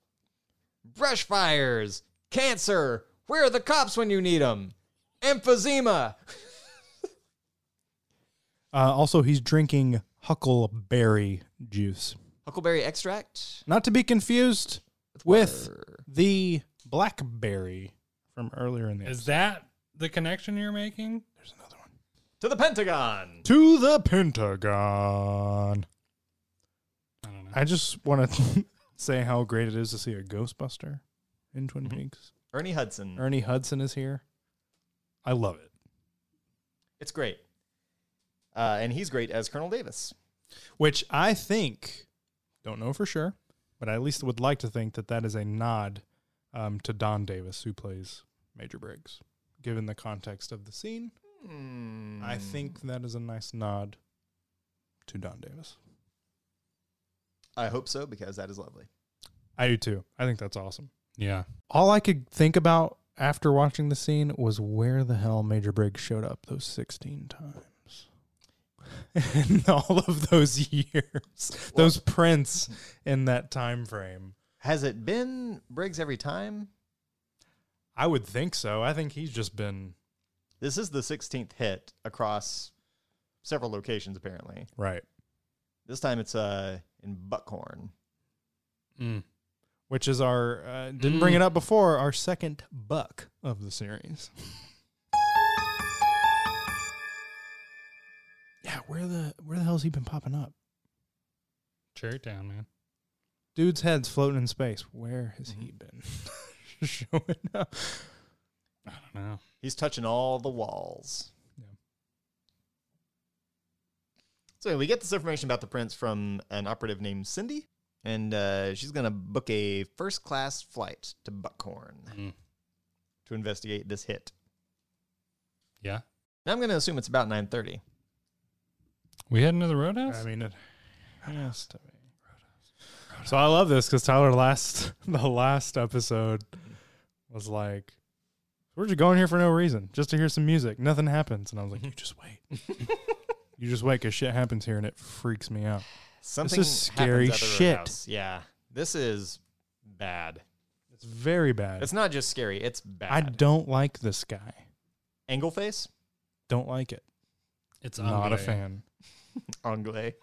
S2: brush fires, cancer. Where are the cops when you need them? Emphysema.
S1: Uh, also, he's drinking huckleberry juice,
S2: Huckleberry extract.
S1: not to be confused with
S2: water.
S1: the blackberry from earlier in the
S3: Is
S1: episode.
S3: that the connection you're making?
S1: There's another one.
S2: to the Pentagon.
S1: To the Pentagon.
S3: I don't know.
S1: I just want to say how great it is to see a Ghostbuster in Twin
S3: Mm-hmm.
S1: Peaks.
S2: Ernie Hudson.
S1: Ernie Hudson is here. I love it.
S2: It's great. Uh, and he's great as Colonel Davis.
S1: Which I think, don't know for sure, but I at least would like to think that that is a nod um, to Don Davis, who plays Major Briggs. Given the context of the scene, I think that is a nice nod to Don Davis.
S2: I hope so because that is lovely.
S1: I do too. I think that's awesome.
S3: Yeah.
S1: All I could think about after watching the scene was where the hell Major Briggs showed up those 16 times. in all of those years, those prints in that time frame.
S2: Has it been Briggs every time?
S1: I would think so. I think he's just been
S2: This is the 16th hit across several locations, apparently.
S1: right.
S2: This time it's uh, in Buckhorn.
S3: Mm.
S1: Which is our uh, didn't bring it up before our second buck of the series. yeah, where the where the hell's he been popping up?
S3: Cherry Town, man.
S1: dude's head's floating in space. Where has he been showing up?
S3: I don't know.
S2: He's touching all the walls.
S1: Yeah.
S2: So we get this information about the prince from an operative named Cindy, and uh, she's going to book a first class flight to Buckhorn
S3: Mm.
S2: to investigate this hit.
S3: Yeah.
S2: And I'm going to assume it's about 9:30.
S3: We had another
S1: I
S3: roadhouse?
S1: mean, it has to be. So I love this because Tyler last the last episode was like, "We're just going here for no reason, just to hear some music. Nothing happens." And I was like, "You just wait, you just wait, because shit happens here, and it freaks me out."
S2: Something
S1: is
S2: happens
S1: scary
S2: at the
S1: shit.
S2: roadhouse. Yeah. This is bad.
S1: It's very bad.
S2: It's not just scary, it's bad.
S1: I don't like this guy.
S2: Angle face?
S1: Don't like it.
S3: it's
S1: Not a
S3: Anglais.
S1: fan.
S2: Anglais.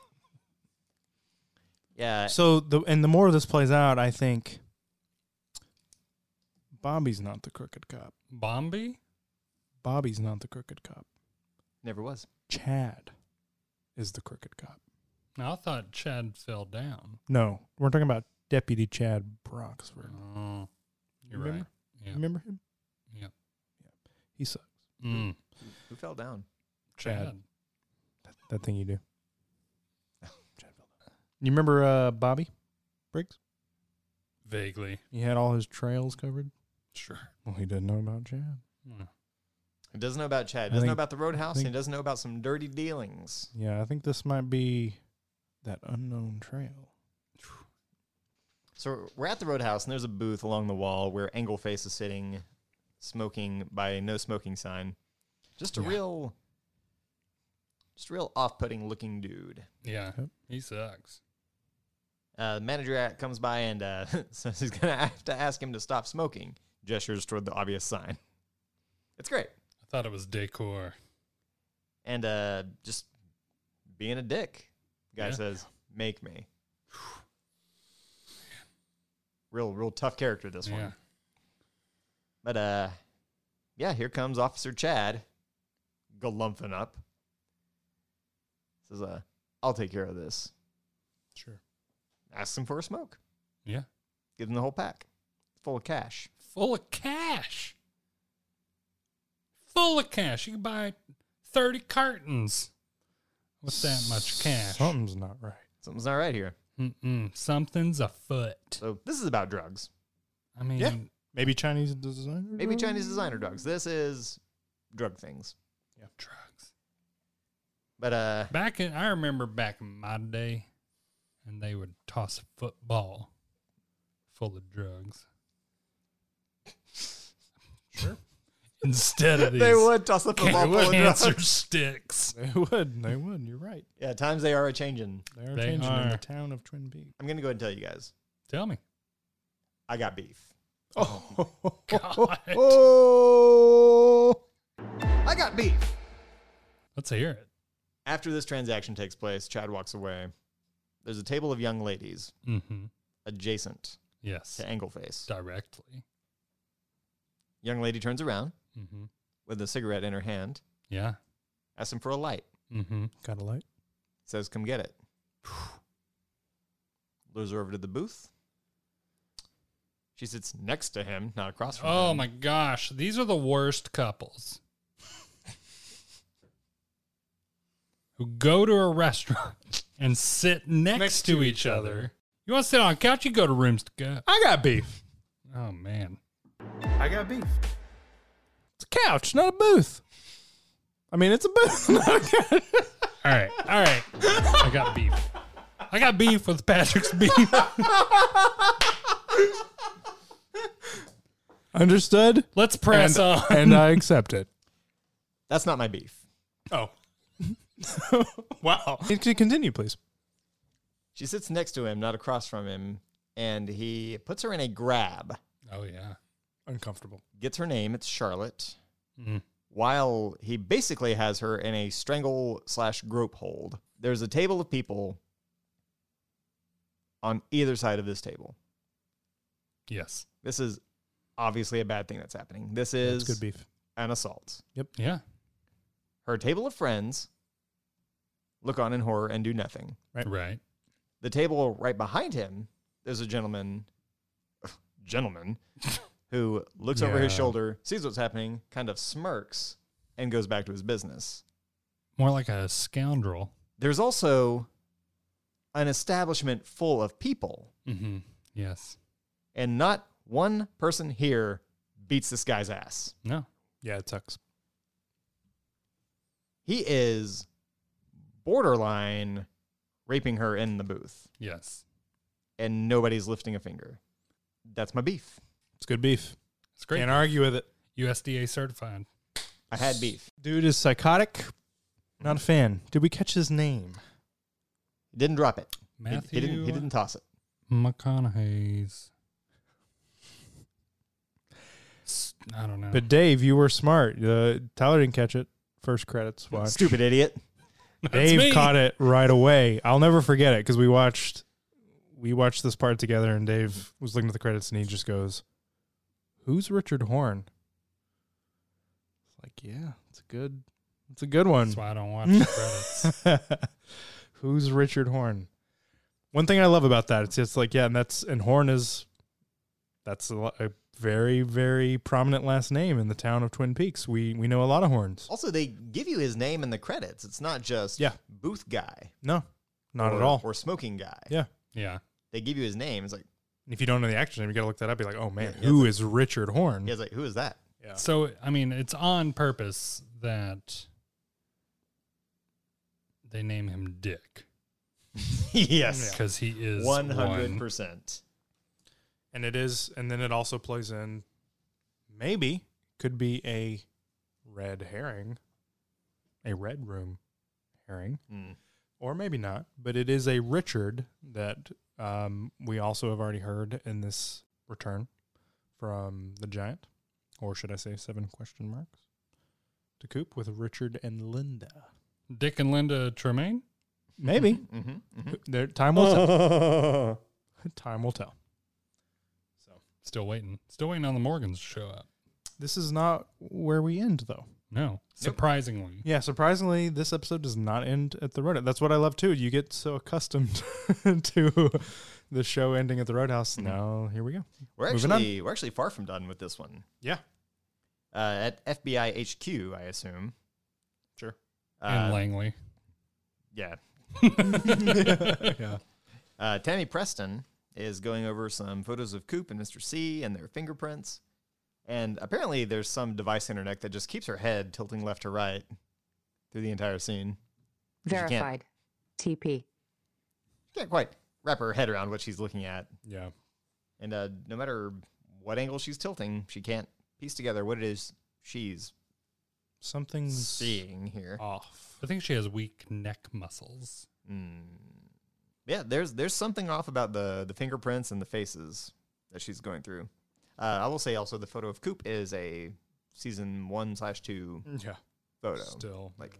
S2: Yeah.
S1: So the and the more this plays out, I think Bobby's not the crooked cop.
S3: Bombi?
S1: Bobby's not the crooked cop.
S2: never was.
S1: Chad is the crooked cop.
S3: No, I thought Chad fell down.
S1: No, we're talking about Deputy Chad Broxford.
S3: Oh, you're
S1: Remember?
S3: right. Yeah.
S1: Remember him?
S3: Yep.
S1: He sucks.
S3: Mm.
S2: Who fell down?
S1: Chad.
S3: Chad.
S1: That, that thing you do. Chad Feldman. You remember uh, Bobby Briggs?
S3: Vaguely.
S1: He had all his trails covered.
S3: Sure.
S1: Well, he didn't know about Chad.
S3: Mm.
S2: He doesn't know about Chad.
S1: I
S2: Doesn't know
S1: think-
S2: about the Roadhouse. and
S1: think-
S2: he doesn't know about some dirty dealings.
S1: Yeah, I think this might be that unknown trail.
S2: So we're at the Roadhouse, and there's a booth along the wall where Angleface is sitting, smoking by a no smoking sign. Just a
S1: Yeah.
S2: real, just a real off-putting looking dude.
S3: Yeah.
S1: Yep.
S3: He sucks.
S2: Uh, the manager at- comes by and uh, says he's gonna have to ask him to stop smoking. Gestures toward the obvious sign. It's great,
S3: I thought it was decor.
S2: and uh, just being a dick. Guy
S3: Yeah.
S2: says, "Make me." Real, real tough character. This
S3: yeah.
S2: one. But uh, yeah, here comes Officer Chad, galumphing up. Says, "Uh, I'll take care of this."
S1: Sure.
S2: Asks him for a smoke.
S3: Yeah.
S2: Gives him the whole pack, full of cash.
S3: Full of cash. Full of cash. You can buy 30 cartons with that much cash.
S1: Something's not right.
S2: Something's not right here.
S3: Mm-mm. Something's afoot.
S2: So this is about drugs.
S3: I mean,
S2: Yeah.
S1: Maybe Chinese designer.
S2: Maybe Chinese designer drugs. This is drug things.
S3: drugs.
S2: But uh,
S3: Back in, I remember back in my day, and they would toss a football full of drugs. Sure. Instead of these,
S2: they would toss the football full of
S3: cancer
S2: drugs.
S3: sticks.
S1: They would. They would. You're right.
S2: Yeah, times they are a changing.
S1: They are
S3: They
S1: changing in the
S3: are.
S1: town of Twin Peaks.
S2: I'm gonna go ahead and tell you guys.
S3: Tell me,
S2: I got beef.
S1: Oh,
S3: God.
S2: Oh, I got beef.
S3: let's hear it.
S2: After this transaction takes place, Chad walks away. There's a table of young ladies
S3: Mm-hmm.
S2: adjacent
S3: Yes,
S2: to Angleface.
S3: directly.
S2: Young lady turns around
S3: Mm-hmm.
S2: with a cigarette in her hand,
S3: Yeah.
S2: asks him for a light,
S3: Mm-hmm.
S1: got a light.
S2: says, Come get it. Lures her over to the booth. She sits next to him, not across from him.
S3: Oh my gosh, these are the worst couples who go to a restaurant and sit next, to, each other You want to sit on a couch? You go to rooms to go.
S1: I got beef.
S3: Oh man,
S5: I got beef.
S1: It's a couch, not a booth. I mean, it's a booth. not a couch.
S3: All right, all right. I got beef. I got beef with Patrick's beef.
S1: Understood?
S3: Let's press
S1: and,
S3: on.
S1: and I accept it.
S2: That's not my beef.
S3: oh,
S1: Wow. Can you continue, please?
S2: She sits next to him, not across from him, and he puts her in a grab.
S3: oh yeah.
S1: Uncomfortable.
S2: Gets her name. It's Charlotte. While he basically has her in a strangle slash grope hold. There's a table of people on either side of this table.
S3: Yes.
S2: This is obviously a bad thing that's happening. This
S1: It's
S2: is
S1: good beef.
S2: an assault.
S3: Yeah.
S2: Her table of friends look on in horror and do nothing.
S1: Right.
S3: Right.
S2: The table right behind him, there's a gentleman, gentleman, who looks over his
S3: Yeah.
S2: shoulder, sees what's happening, kind of smirks, and goes back to his business.
S3: More like a scoundrel.
S2: There's also an establishment full of people,
S3: Mm-hmm. Yes.
S2: and not one person here beats this guy's ass.
S3: No.
S1: Yeah, it sucks.
S2: he is borderline raping her in the booth
S3: Yes.
S2: and nobody's lifting a finger that's my beef
S1: It's good beef.
S3: It's great.
S1: Can't argue with it.
S3: USDA certified.
S2: i had beef
S1: Dude is psychotic. Not a fan. Did we catch his name?
S2: didn't drop it He-
S3: Matthew
S2: he didn't he didn't toss it
S3: McConaughey's. S- I don't know.
S1: But Dave, you were smart. Uh, Tyler didn't catch it. First credits watch.
S2: stupid idiot
S1: Dave caught it right away. I'll never forget it because we watched we watched this part together, and Dave was looking at the credits, and he just goes, "Who's Richard Horn?" It's like, yeah, it's a good, it's a good one.
S3: That's why I don't watch the credits.
S1: Who's Richard Horn? One thing I love about that, it's just like, yeah, and that's and Horn is that's a, lo- a very very prominent last name in the town of Twin Peaks. We we know a lot of horns.
S2: also they give you his name in the credits it's not just
S1: Yeah.
S2: booth guy
S1: No, not
S2: or,
S1: at all.
S2: or smoking guy
S1: Yeah.
S3: Yeah.
S2: they give you his name it's like
S1: And if you don't know the actor's name, you got to look that up. Be like, oh man,
S2: Yeah, yeah,
S1: who is Richard Horn?
S2: yeah, it's like who is that
S1: Yeah.
S3: So I mean, it's on purpose that they name him Dick
S2: yes
S3: because he is
S2: 100
S3: one.
S2: percent
S1: And it is, and then it also plays in maybe could be a red herring, a red room herring,
S2: Hmm.
S1: or maybe not. But it is a Richard that um, we also have already heard in this return from the giant, or should I say seven question marks to Coop with Richard and Linda.
S3: Dick and Linda Tremaine.
S1: Maybe. There, time will tell. time will tell.
S3: Still waiting. Still waiting on the Morgans to show up.
S1: This is not where we end, though.
S3: No, surprisingly.
S1: Yeah, surprisingly, this episode does not end at the roadhouse. That's what I love too. You get so accustomed to the show ending at the roadhouse. Now here we go.
S2: we're
S1: Moving on.
S2: actually we're actually far from done with this one
S1: Yeah,
S2: uh, at fbi hq i assume
S1: sure.
S3: and
S2: Uh,
S3: Langley.
S2: yeah
S1: yeah,
S2: Uh, Tammy Preston is going over some photos of Coop and Mr. C and their fingerprints. And apparently, there's some device in her neck that just keeps her head tilting left to right through the entire scene. can't- Verified.
S8: TP.
S2: She can't quite wrap her head around what she's looking at.
S1: yeah.
S2: And uh, no matter what angle she's tilting, she can't piece together what it is she's
S1: Something's
S2: seeing here.
S1: off.
S3: I think she has weak neck muscles.
S2: Yeah, there's there's something off about the the fingerprints and the faces that she's going through. Uh, I will say also the photo of Coop is a season one slash two
S1: Mm, Yeah,
S2: photo.
S1: still.
S2: um, Like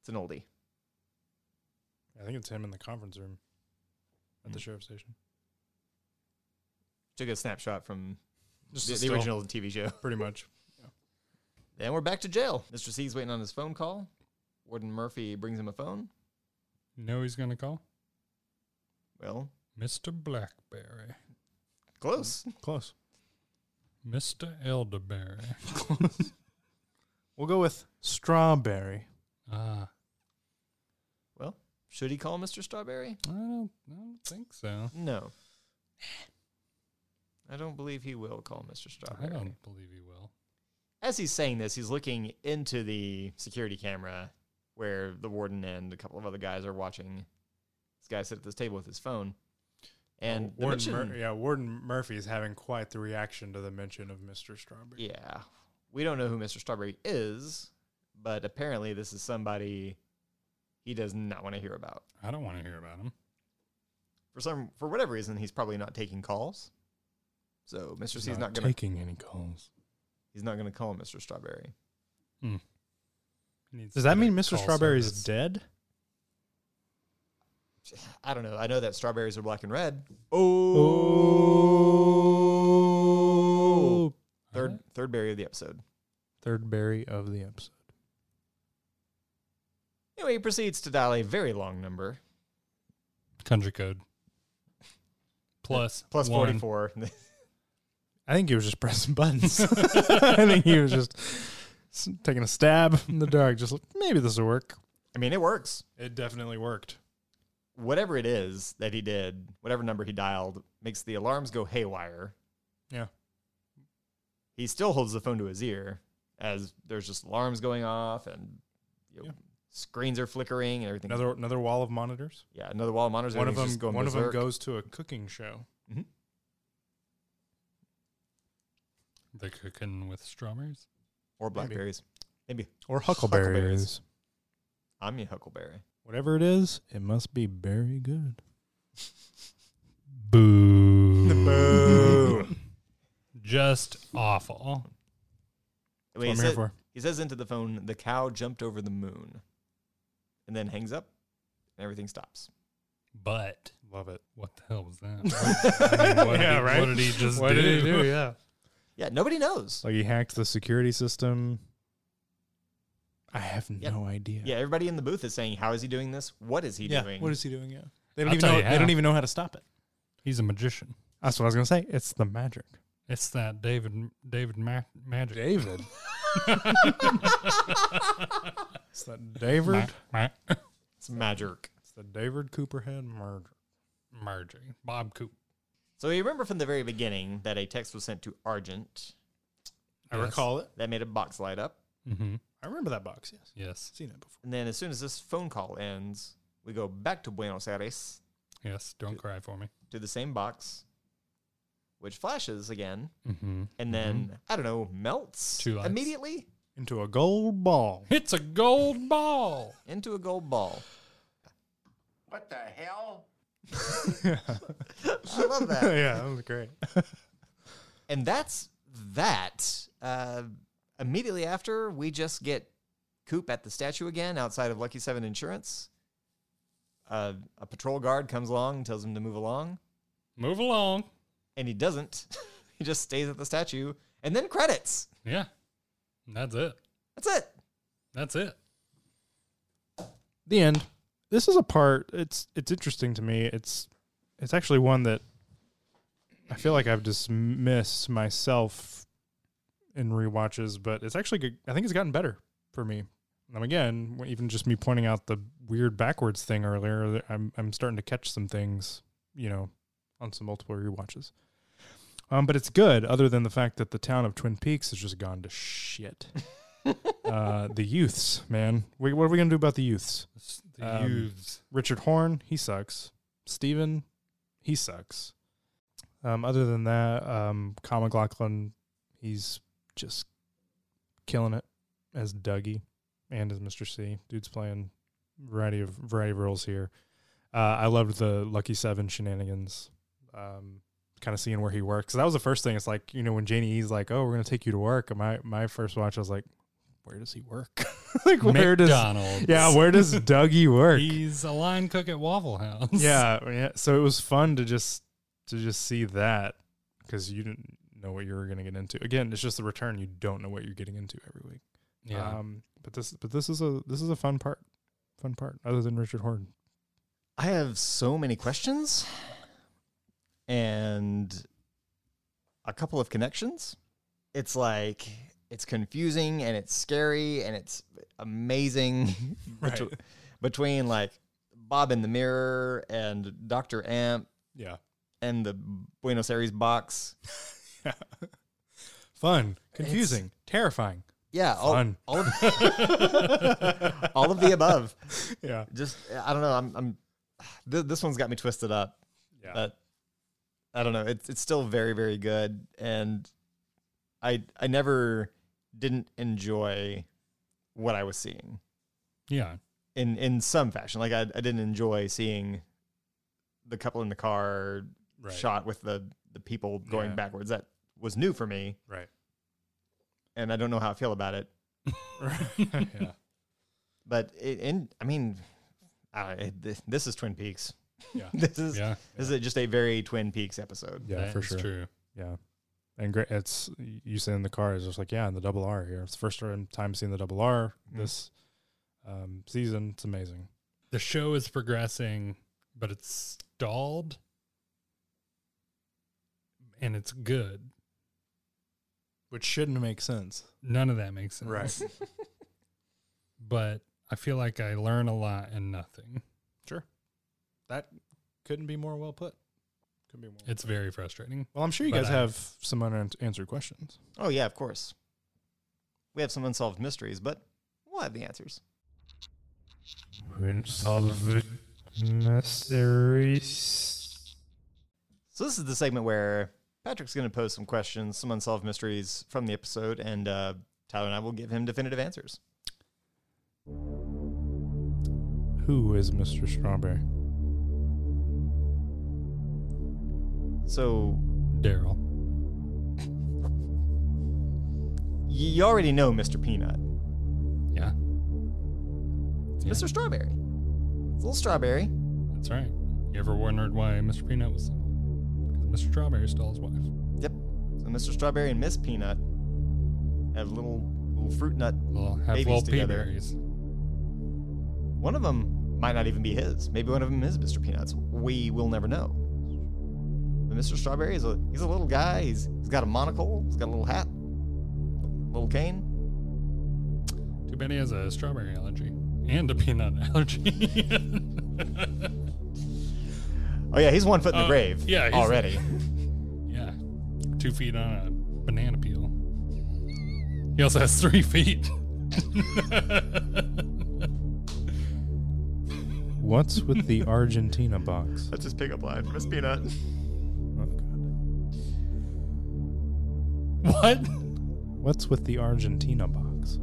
S2: it's an oldie.
S1: I think it's him in the conference room at
S3: Mm.
S1: the sheriff's station.
S2: Took a snapshot from
S1: Just
S2: the,
S1: a
S2: the
S1: still,
S2: original TV show.
S1: pretty much.
S2: And we're back to jail. Mr. C's waiting on his phone call. Warden Murphy brings him a phone.
S3: You know who he's gonna call
S2: Well,
S3: Mr. Blackberry,
S2: close.
S1: Close.
S3: Mr. Elderberry.
S1: We'll go with strawberry.
S3: Ah,
S2: Well, Should he call Mr. Strawberry?
S3: I don't, I don't think so.
S2: No. I don't believe he will call Mr.
S3: I
S2: Strawberry.
S3: don't believe he will.
S2: As he's saying this, he's looking into the security camera where the warden and a couple of other guys are watching. This guy sit at this table with his phone. And the
S1: Warden
S2: mention-
S1: Mur- yeah, Warden Murphy is having quite the reaction to the mention of Mr. Strawberry.
S2: Yeah. We don't know who Mr. Strawberry is, but apparently this is somebody he does not want to hear about.
S3: I don't want to hear about him.
S2: For some for whatever reason, he's probably not taking calls. So Mr. C's not gonna
S1: taking any calls.
S2: he's not gonna call Mr. Strawberry.
S3: He needs
S1: Does that
S3: to
S1: mean
S3: get a
S1: Mr.
S3: call
S1: Strawberry is
S3: service.
S1: dead?
S2: I don't know. I know that strawberries are black and red.
S1: Oh,
S2: Third
S3: Alright.
S2: third berry of the episode.
S1: third berry of the episode.
S2: Anyway, he proceeds to dial a very long number.
S3: Country code. Plus
S2: Plus
S3: one.
S2: forty four.
S1: I think he was just pressing buttons. I think he was just s- taking a stab in the dark. Just like, maybe this will work.
S2: I mean it works.
S1: It definitely worked.
S2: Whatever it is that he did, whatever number he dialed, makes the alarms go haywire.
S1: Yeah.
S2: he still holds the phone to his ear as there's just alarms going off and you know,
S1: Yeah.
S2: screens are flickering and everything.
S1: Another another wall of monitors.
S2: yeah, another wall of monitors.
S1: one of
S2: everything's
S1: them.
S2: just going
S1: One of
S2: berserk.
S1: them goes to a cooking show.
S3: They're cooking with strawberries.
S2: or blackberries. Maybe,
S1: Or
S2: Huckleberries.
S1: huckleberries.
S2: I'm your huckleberry.
S1: Whatever it is, it must be very good.
S2: Boo!
S3: Just awful.
S2: Wait, he,
S1: I'm here
S2: said-
S1: for.
S2: he says into the phone, "The cow jumped over the moon," and then hangs up, and everything stops.
S3: But
S1: Love it.
S3: what the hell was that? I mean, what did he, What did he just
S1: What
S3: do?
S1: did he do? Yeah.
S2: Yeah, nobody knows.
S1: Like he hacked the security system. I have
S2: Yeah.
S1: no idea.
S2: yeah, everybody in the booth is saying, "How is he doing this? What is he doing?"
S1: What is he doing? Yeah. They don't
S3: I'll
S1: even
S3: tell
S1: know.
S3: you
S1: They
S3: how.
S1: don't even know how to stop it.
S3: He's a magician.
S1: That's what I was gonna say. It's the magic.
S3: It's that David David Ma- magic.
S1: David. it's that David.
S3: Ma- ma-
S2: it's magic.
S1: It's the David Cooperhead murder.
S3: Marjorie. Bob Coop.
S2: So you remember from the very beginning that a text was sent to Argent
S1: I recall it.
S2: that made a box light up.
S3: Mm-hmm.
S1: I remember that box. Yes,
S3: Yes.
S1: seen it before.
S2: And then as soon as this phone call ends, we go back to Buenos Aires
S3: Yes. Don't cry for me.
S2: to the same box, which flashes again,
S3: Mm-hmm.
S2: and then I don't know melts
S3: Two lights.
S2: immediately
S1: Into a gold ball.
S3: It's a gold ball.
S2: into a gold ball.
S5: What the hell?
S2: I love that.
S1: yeah, that was great.
S2: and that's that. Uh, immediately after, we just get Coop at the statue again outside of Lucky Seven Insurance. Uh, a patrol guard comes along and tells him to move along,
S3: Move along.
S2: and he doesn't. he just stays at the statue, and then credits.
S3: Yeah. That's it.
S2: That's it.
S3: That's it.
S1: the end. This is a part. It's it's interesting to me. It's it's actually one that I feel like I've dismissed myself in rewatches, but it's actually good. I think it's gotten better for me. And again, w- even just me pointing out the weird backwards thing earlier, that I'm I'm starting to catch some things, you know, on some multiple rewatches. Um, but it's good, other than the fact that the town of Twin Peaks has just gone to shit. uh, the youths, man, we, what are we gonna do about the youths?
S3: It's The
S1: Um,
S3: youths.
S1: Richard Horn, he sucks. Steven, he sucks. Um, other than that, um, Kyle McLaughlin, he's just killing it as Dougie and as Mr. C. Dude's playing variety of variety of roles here. Uh, I loved the Lucky Seven shenanigans. Um, kind of seeing where he works. That was the first thing. It's like you know when Janie E's like, "Oh, we're gonna take you to work." And my my first watch, I was like, "Where does he work? like where does?"
S3: McDonald's.
S1: Yeah, where does Dougie work?
S3: He's a line cook at Waffle House.
S1: yeah, yeah. So it was fun to just to just see that because you didn't know what you were going to get into. Again, it's just the return; you don't know what you're getting into every week.
S3: Yeah.
S1: Um, but this but this is a this is a fun part, fun part. Other than Richard Horton,
S2: I have so many questions and a couple of connections. It's like it's confusing and it's scary and it's amazing betw- between like Bob in the Mirror and Dr. Amp
S1: Yeah.
S2: and the Buenos Aires box.
S1: Fun, confusing, terrifying.
S2: Yeah, all,
S1: Fun.
S2: all of all of the above.
S1: Yeah.
S2: Just I don't know. I'm, I'm th- this one's got me twisted up,
S1: Yeah.
S2: but I don't know. It's it's still very very good, and I I never didn't enjoy what I was seeing
S3: Yeah.
S2: in in some fashion. Like I I didn't enjoy seeing the couple in the car
S1: Right.
S2: shot with the the people going
S1: Yeah.
S2: backwards. That was new for me,
S1: Right.
S2: and I don't know how I feel about it.
S1: yeah.
S2: but it, and I mean, I, it- th- this is Twin Peaks.
S1: Yeah.
S2: this is
S3: Yeah.
S2: this is just a very Twin Peaks episode.
S1: Yeah,
S3: That
S1: for
S3: is
S1: sure.
S3: true.
S1: Yeah. And great. It's you said in the car is just like yeah, and the double R here. It's the first time time seeing the double R this um, season. It's amazing.
S3: The show is progressing, but it's stalled and it's good.
S1: Which shouldn't make sense.
S3: None of that makes sense.
S1: Right.
S3: But I feel like I learn a lot and nothing.
S1: sure. That couldn't be more well put. Couldn't be more.
S3: It's very frustrating.
S1: well, I'm sure you
S3: but
S1: guys
S3: I-
S1: have some unanswered questions.
S2: Oh yeah, of course. We have some unsolved mysteries, but we'll have the answers.
S1: Unsolved mysteries.
S2: So this is the segment where Patrick's going to pose some questions, some unsolved mysteries from the episode, and uh, Tyler and I will give him definitive answers.
S1: Who is Mr. Strawberry?
S2: So
S3: Daryl.
S2: y- you already know Mr. Peanut,
S3: Yeah.
S2: it's
S3: Yeah.
S2: Mr. Strawberry. It's a little strawberry.
S3: That's right. You ever wondered why Mr. Peanut was single? Because Mr. Strawberry stole his wife.
S2: Yep. So Mr. Strawberry and Miss Peanut have little little fruit nut
S3: Well, have
S2: Babies
S3: little
S2: together.
S3: peaberries.
S2: One of them might not even be his. Maybe one of them is Mr. Peanuts. We will never know. But Mr. Strawberry is a he's a little guy. He's he's got a monocle. He's got a little hat, little cane.
S3: Too bad he has a strawberry allergy and a peanut allergy.
S2: Oh yeah, he's one foot in the
S3: Uh,
S2: grave.
S3: yeah, he's-
S2: already.
S3: yeah. Two feet on a banana peel. He also has three feet.
S1: What's with the Argentina box?
S2: That's his pickup line, Miss Peanut.
S1: Oh, God.
S3: what?
S1: What's with the Argentina box?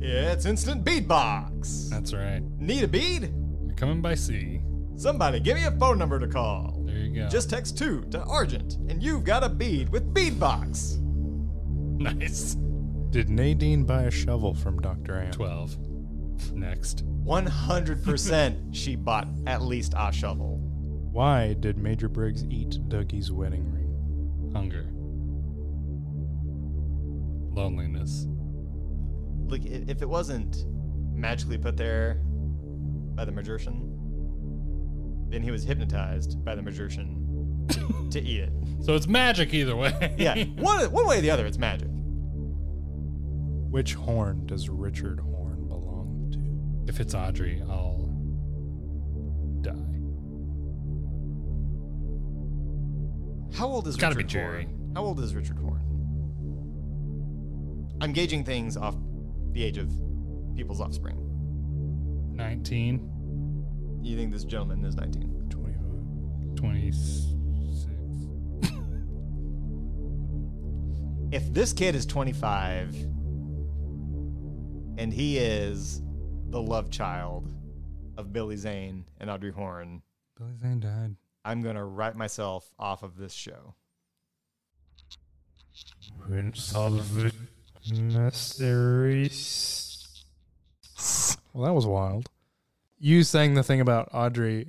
S2: It's instant beatbox.
S3: That's right.
S2: Need a bead?
S3: You're coming by sea.
S2: Somebody give me a phone number to call.
S3: There you go.
S2: Just text two to Argent, and you've got a bead with beatbox.
S3: nice.
S1: Did Nadine buy a shovel from Dr. Amp?
S3: 12. Next.
S2: One hundred percent, she bought at least a shovel.
S1: Why did Major Briggs eat Dougie's wedding ring?
S3: Hunger. Loneliness.
S2: Look, i- if it wasn't magically put there by the magician, then he was hypnotized by the magician to, to eat it.
S3: So it's magic either way.
S2: Yeah, one, one way or the other, it's magic.
S1: Which horn does Richard Horn belong to?
S3: If it's Audrey, I'll die.
S2: How old is
S3: It's gotta
S2: Richard
S3: be Jerry.
S2: Horn? How old is Richard Horn? I'm gauging things off the age of people's offspring.
S3: 19,
S2: You think this gentleman is 19?
S1: 25.
S3: 26.
S2: If this kid is 25 and he is the love child of Billy Zane and Audrey Horn,
S3: Billy Zane died.
S2: I'm gonna write myself off of this show.
S1: Unsolved mysteries. Well, that was wild. You sang the thing about Audrey.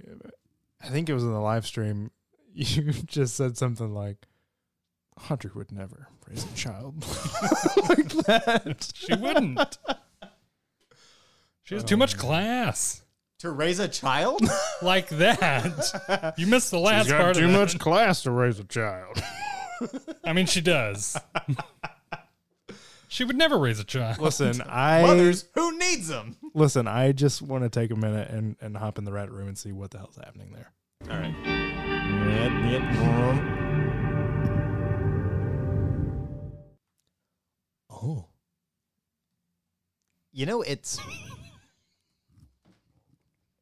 S1: I think it was in the live stream. You just said something like, Audrey would never raise a child like that.
S3: She wouldn't. she has too much class.
S2: To raise a child?
S3: Like that. You missed the last part of that.
S1: class to raise a child.
S3: I mean, she does. She would never raise a child.
S1: Listen, I
S2: Mothers, who needs them?
S1: listen. I just want to take a minute and, and hop in the rat room and see what the hell's happening there.
S2: All right. Yep, yep, um. Oh. You know, it's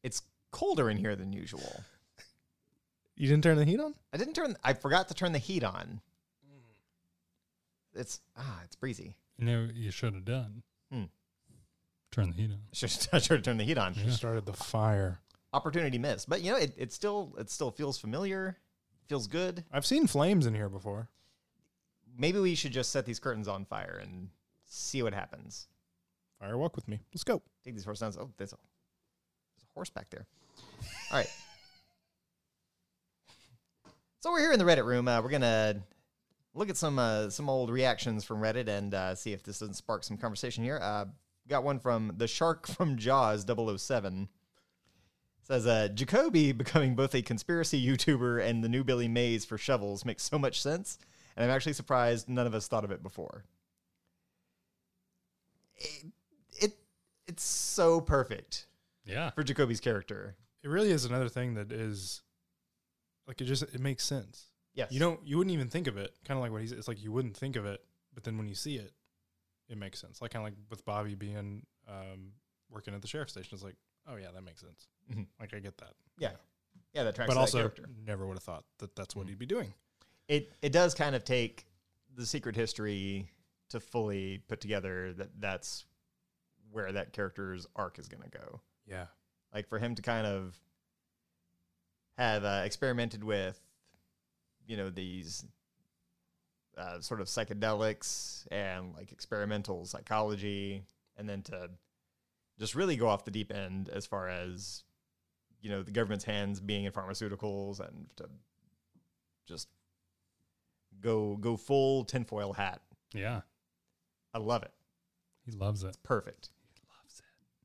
S2: it's colder in here than usual.
S1: You didn't turn the heat on?
S2: I didn't turn I forgot to turn the heat on. It's ah, it's breezy.
S3: You know, what you should have done.
S2: Hmm.
S3: Turn the heat on.
S2: Should I should have turned the heat on.
S1: You started the fire.
S2: Opportunity missed. But you know, it, it still it still feels familiar. Feels good.
S1: I've seen flames in here before.
S2: Maybe we should just set these curtains on fire and see what happens.
S1: Fire walk with me. Let's go.
S2: Take these horse sounds. Oh, there's a, there's a horse back there. All right. So we're here in the Reddit room. Uh, we're gonna look at some uh, some old reactions from Reddit and uh, see if this doesn't spark some conversation here. Uh, got one from the shark from Jaws 007. Says uh, Jacoby becoming both a conspiracy YouTuber and the new Billy Mays for shovels makes so much sense, and I'm actually surprised none of us thought of it before. It, it it's so perfect
S3: Yeah.
S2: for Jacoby's character.
S1: It really is another thing that is like it just it makes sense.
S2: Yes,
S1: You don't you wouldn't even think of it. Kind of like what he's it's like you wouldn't think of it, but then when you see it, it makes sense. Like kind of like with Bobby being um, working at the sheriff's station, it's like, oh yeah, that makes sense.
S2: Mhm.
S1: Like I get that.
S2: Yeah, yeah, that tracks.
S1: but
S2: that
S1: also
S2: character.
S1: never would have thought that that's what he'd be doing.
S2: it it does kind of take the secret history to fully put together that that's where that character's arc is going to go.
S1: Yeah.
S2: Like for him to kind of have uh, experimented with, you know, these uh, sort of psychedelics and like experimental psychology, and then to just really go off the deep end as far as you know the government's hands being in pharmaceuticals and to just go go full tinfoil hat.
S3: Yeah.
S2: I love it.
S3: He loves it.
S2: Perfect.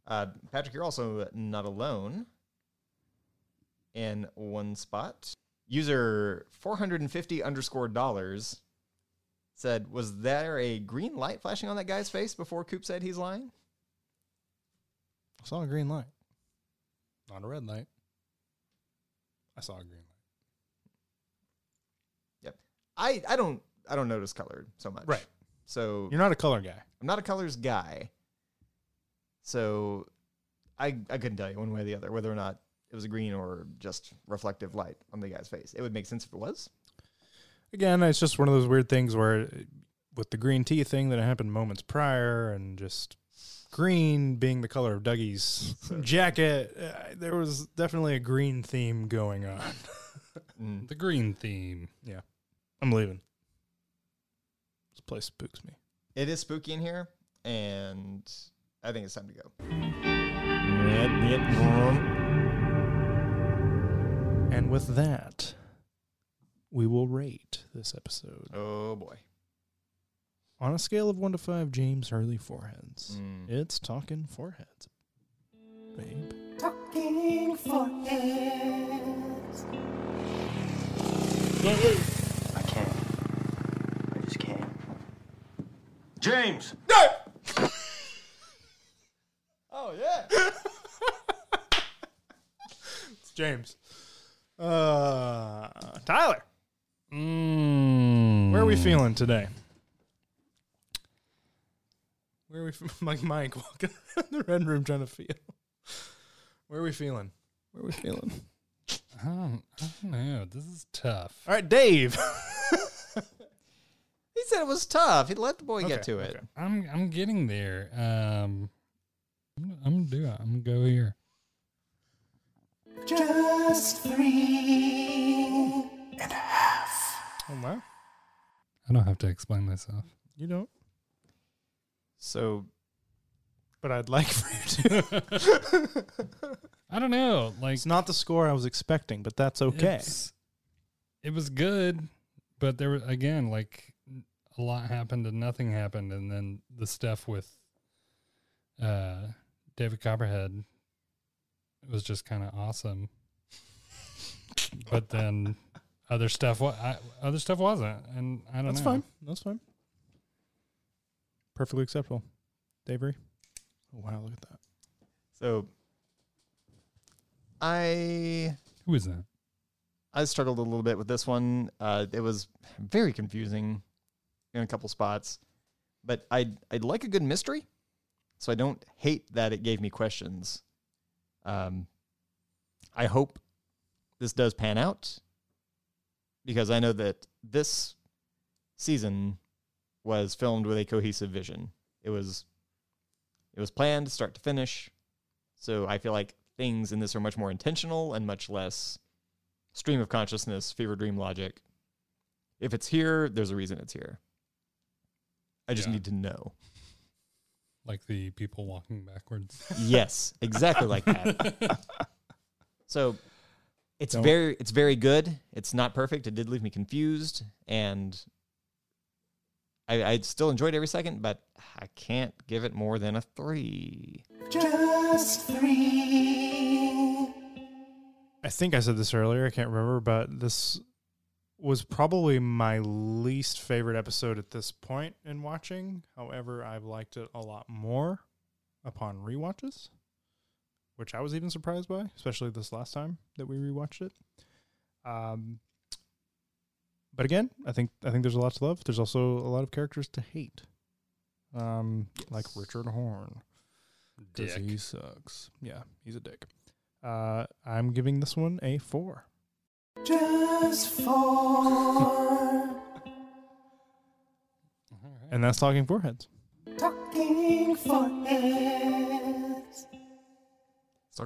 S2: Uh, Patrick, you're also not alone. In one spot, user 450 underscore dollars said, "Was there a green light flashing on that guy's face before Coop said he's lying?"
S1: I saw a green light. Not a red light. I saw a green light.
S2: Yep. I I don't I don't notice color so much.
S1: Right.
S2: So
S1: You're not a color guy.
S2: I'm not a colors guy. So I I couldn't tell you one way or the other whether or not it was a green or just reflective light on the guy's face. It would make sense if it was.
S1: Again, it's just one of those weird things where uh, with the green tea thing that happened moments prior and just green being the color of Dougie's jacket, uh, there was definitely a green theme going on.
S2: Mm.
S3: The green theme.
S1: I'm leaving. This place spooks me.
S2: It is spooky in here, and I think it's time to go.
S1: And with that, we will rate this episode.
S2: Oh boy.
S1: On a scale of one to five, James Hurley foreheads.
S2: Mm.
S1: It's talking foreheads, babe.
S5: I can't. I just can't. James!
S2: Oh yeah.
S1: It's James. Uh, Tyler,
S3: Mm.
S1: Hmm. where are we feeling today? Where are we, f- like Mike walking in the red room trying to feel? Where are we feeling? Where are we feeling?
S3: I don't, I don't know. This is tough.
S1: All right, Dave.
S2: he said it was tough. He let the boy
S1: Okay,
S2: get to it.
S3: I'm I'm getting there. Um, I'm, gonna- I'm gonna do it. I'm gonna go here.
S1: Oh, wow.
S3: I don't have to explain myself.
S1: You don't.
S2: So
S1: But I'd like for you to.
S3: I don't know. Like
S1: It's not the score I was expecting, but that's okay.
S3: it's- it was good, but there was again like a lot happened and nothing happened, and then the stuff with uh David Copperhead was just kind of awesome. but then other stuff, what other stuff wasn't, and I don't
S1: that's
S3: know.
S1: fine. That's fine. perfectly acceptable. Davery. Oh, wow, look at that.
S2: So I
S3: Who is that?
S2: I struggled a little bit with this one. Uh, it was very confusing in a couple spots, but I would I'd like a good mystery, so I don't hate that it gave me questions. Um, I hope this does pan out because I know that this season was filmed with a cohesive vision. It was it was planned start to finish. So I feel like things in this are much more intentional and much less stream of consciousness, fever dream logic. If it's here, there's a reason it's here. I just
S3: Yeah.
S2: need to know.
S3: Like the people walking backwards.
S2: yes, exactly like that. so it's
S1: Don't-
S2: very it's very good. It's not perfect. It did leave me confused and I, I still enjoyed every second, but I can't give it more than a three.
S1: I think I said this earlier. I can't remember, but this was probably my least favorite episode at this point in watching. However, I've liked it a lot more upon rewatches, which I was even surprised by, especially this last time that we rewatched it. Um, but again, I think I think there's a lot to love. There's also a lot of characters to hate, um, like Richard Horn. 'Cause He sucks. Yeah, he's a dick. Uh, I'm giving this one a four.
S3: All right.
S1: And that's talking foreheads.
S2: Starting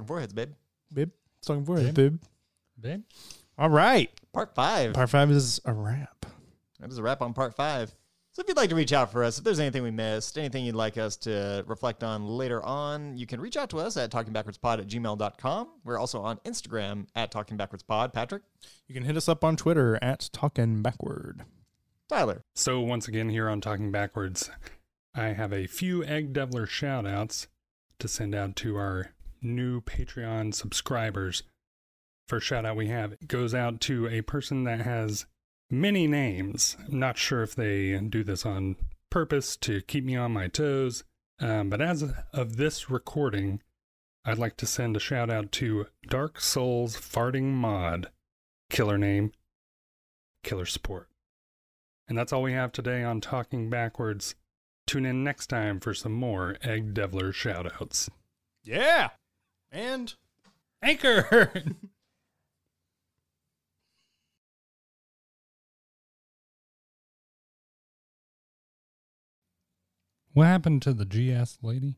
S2: foreheads, babe.
S1: Bib. It's talking foreheads, bib.
S3: Babe?
S1: All right.
S2: Part five.
S1: Part five is a wrap.
S2: That was a wrap on part five. So if you'd like to reach out for us, if there's anything we missed, anything you'd like us to reflect on later on, you can reach out to us at talkingbackwardspod at gmail.com. We're also on Instagram at talkingbackwardspod. Patrick,
S1: You can hit us up on Twitter at Talkin' Backward.
S2: Tyler,
S3: So, once again, here on Talking Backwards, I have a few Egg Doubler shout outs to send out to our new Patreon subscribers. First shout out we have goes out to a person that has many names. I'm not sure if they do this on purpose to keep me on my toes, um, but as of this recording, I'd like to send a shout out to Dark Souls Farting Mod. Killer name, killer support. And that's all we have today on Talking Backwards. Tune in next time for some more Egg Devler shoutouts.
S1: Yeah. And
S3: Anchor! what happened to the GS lady?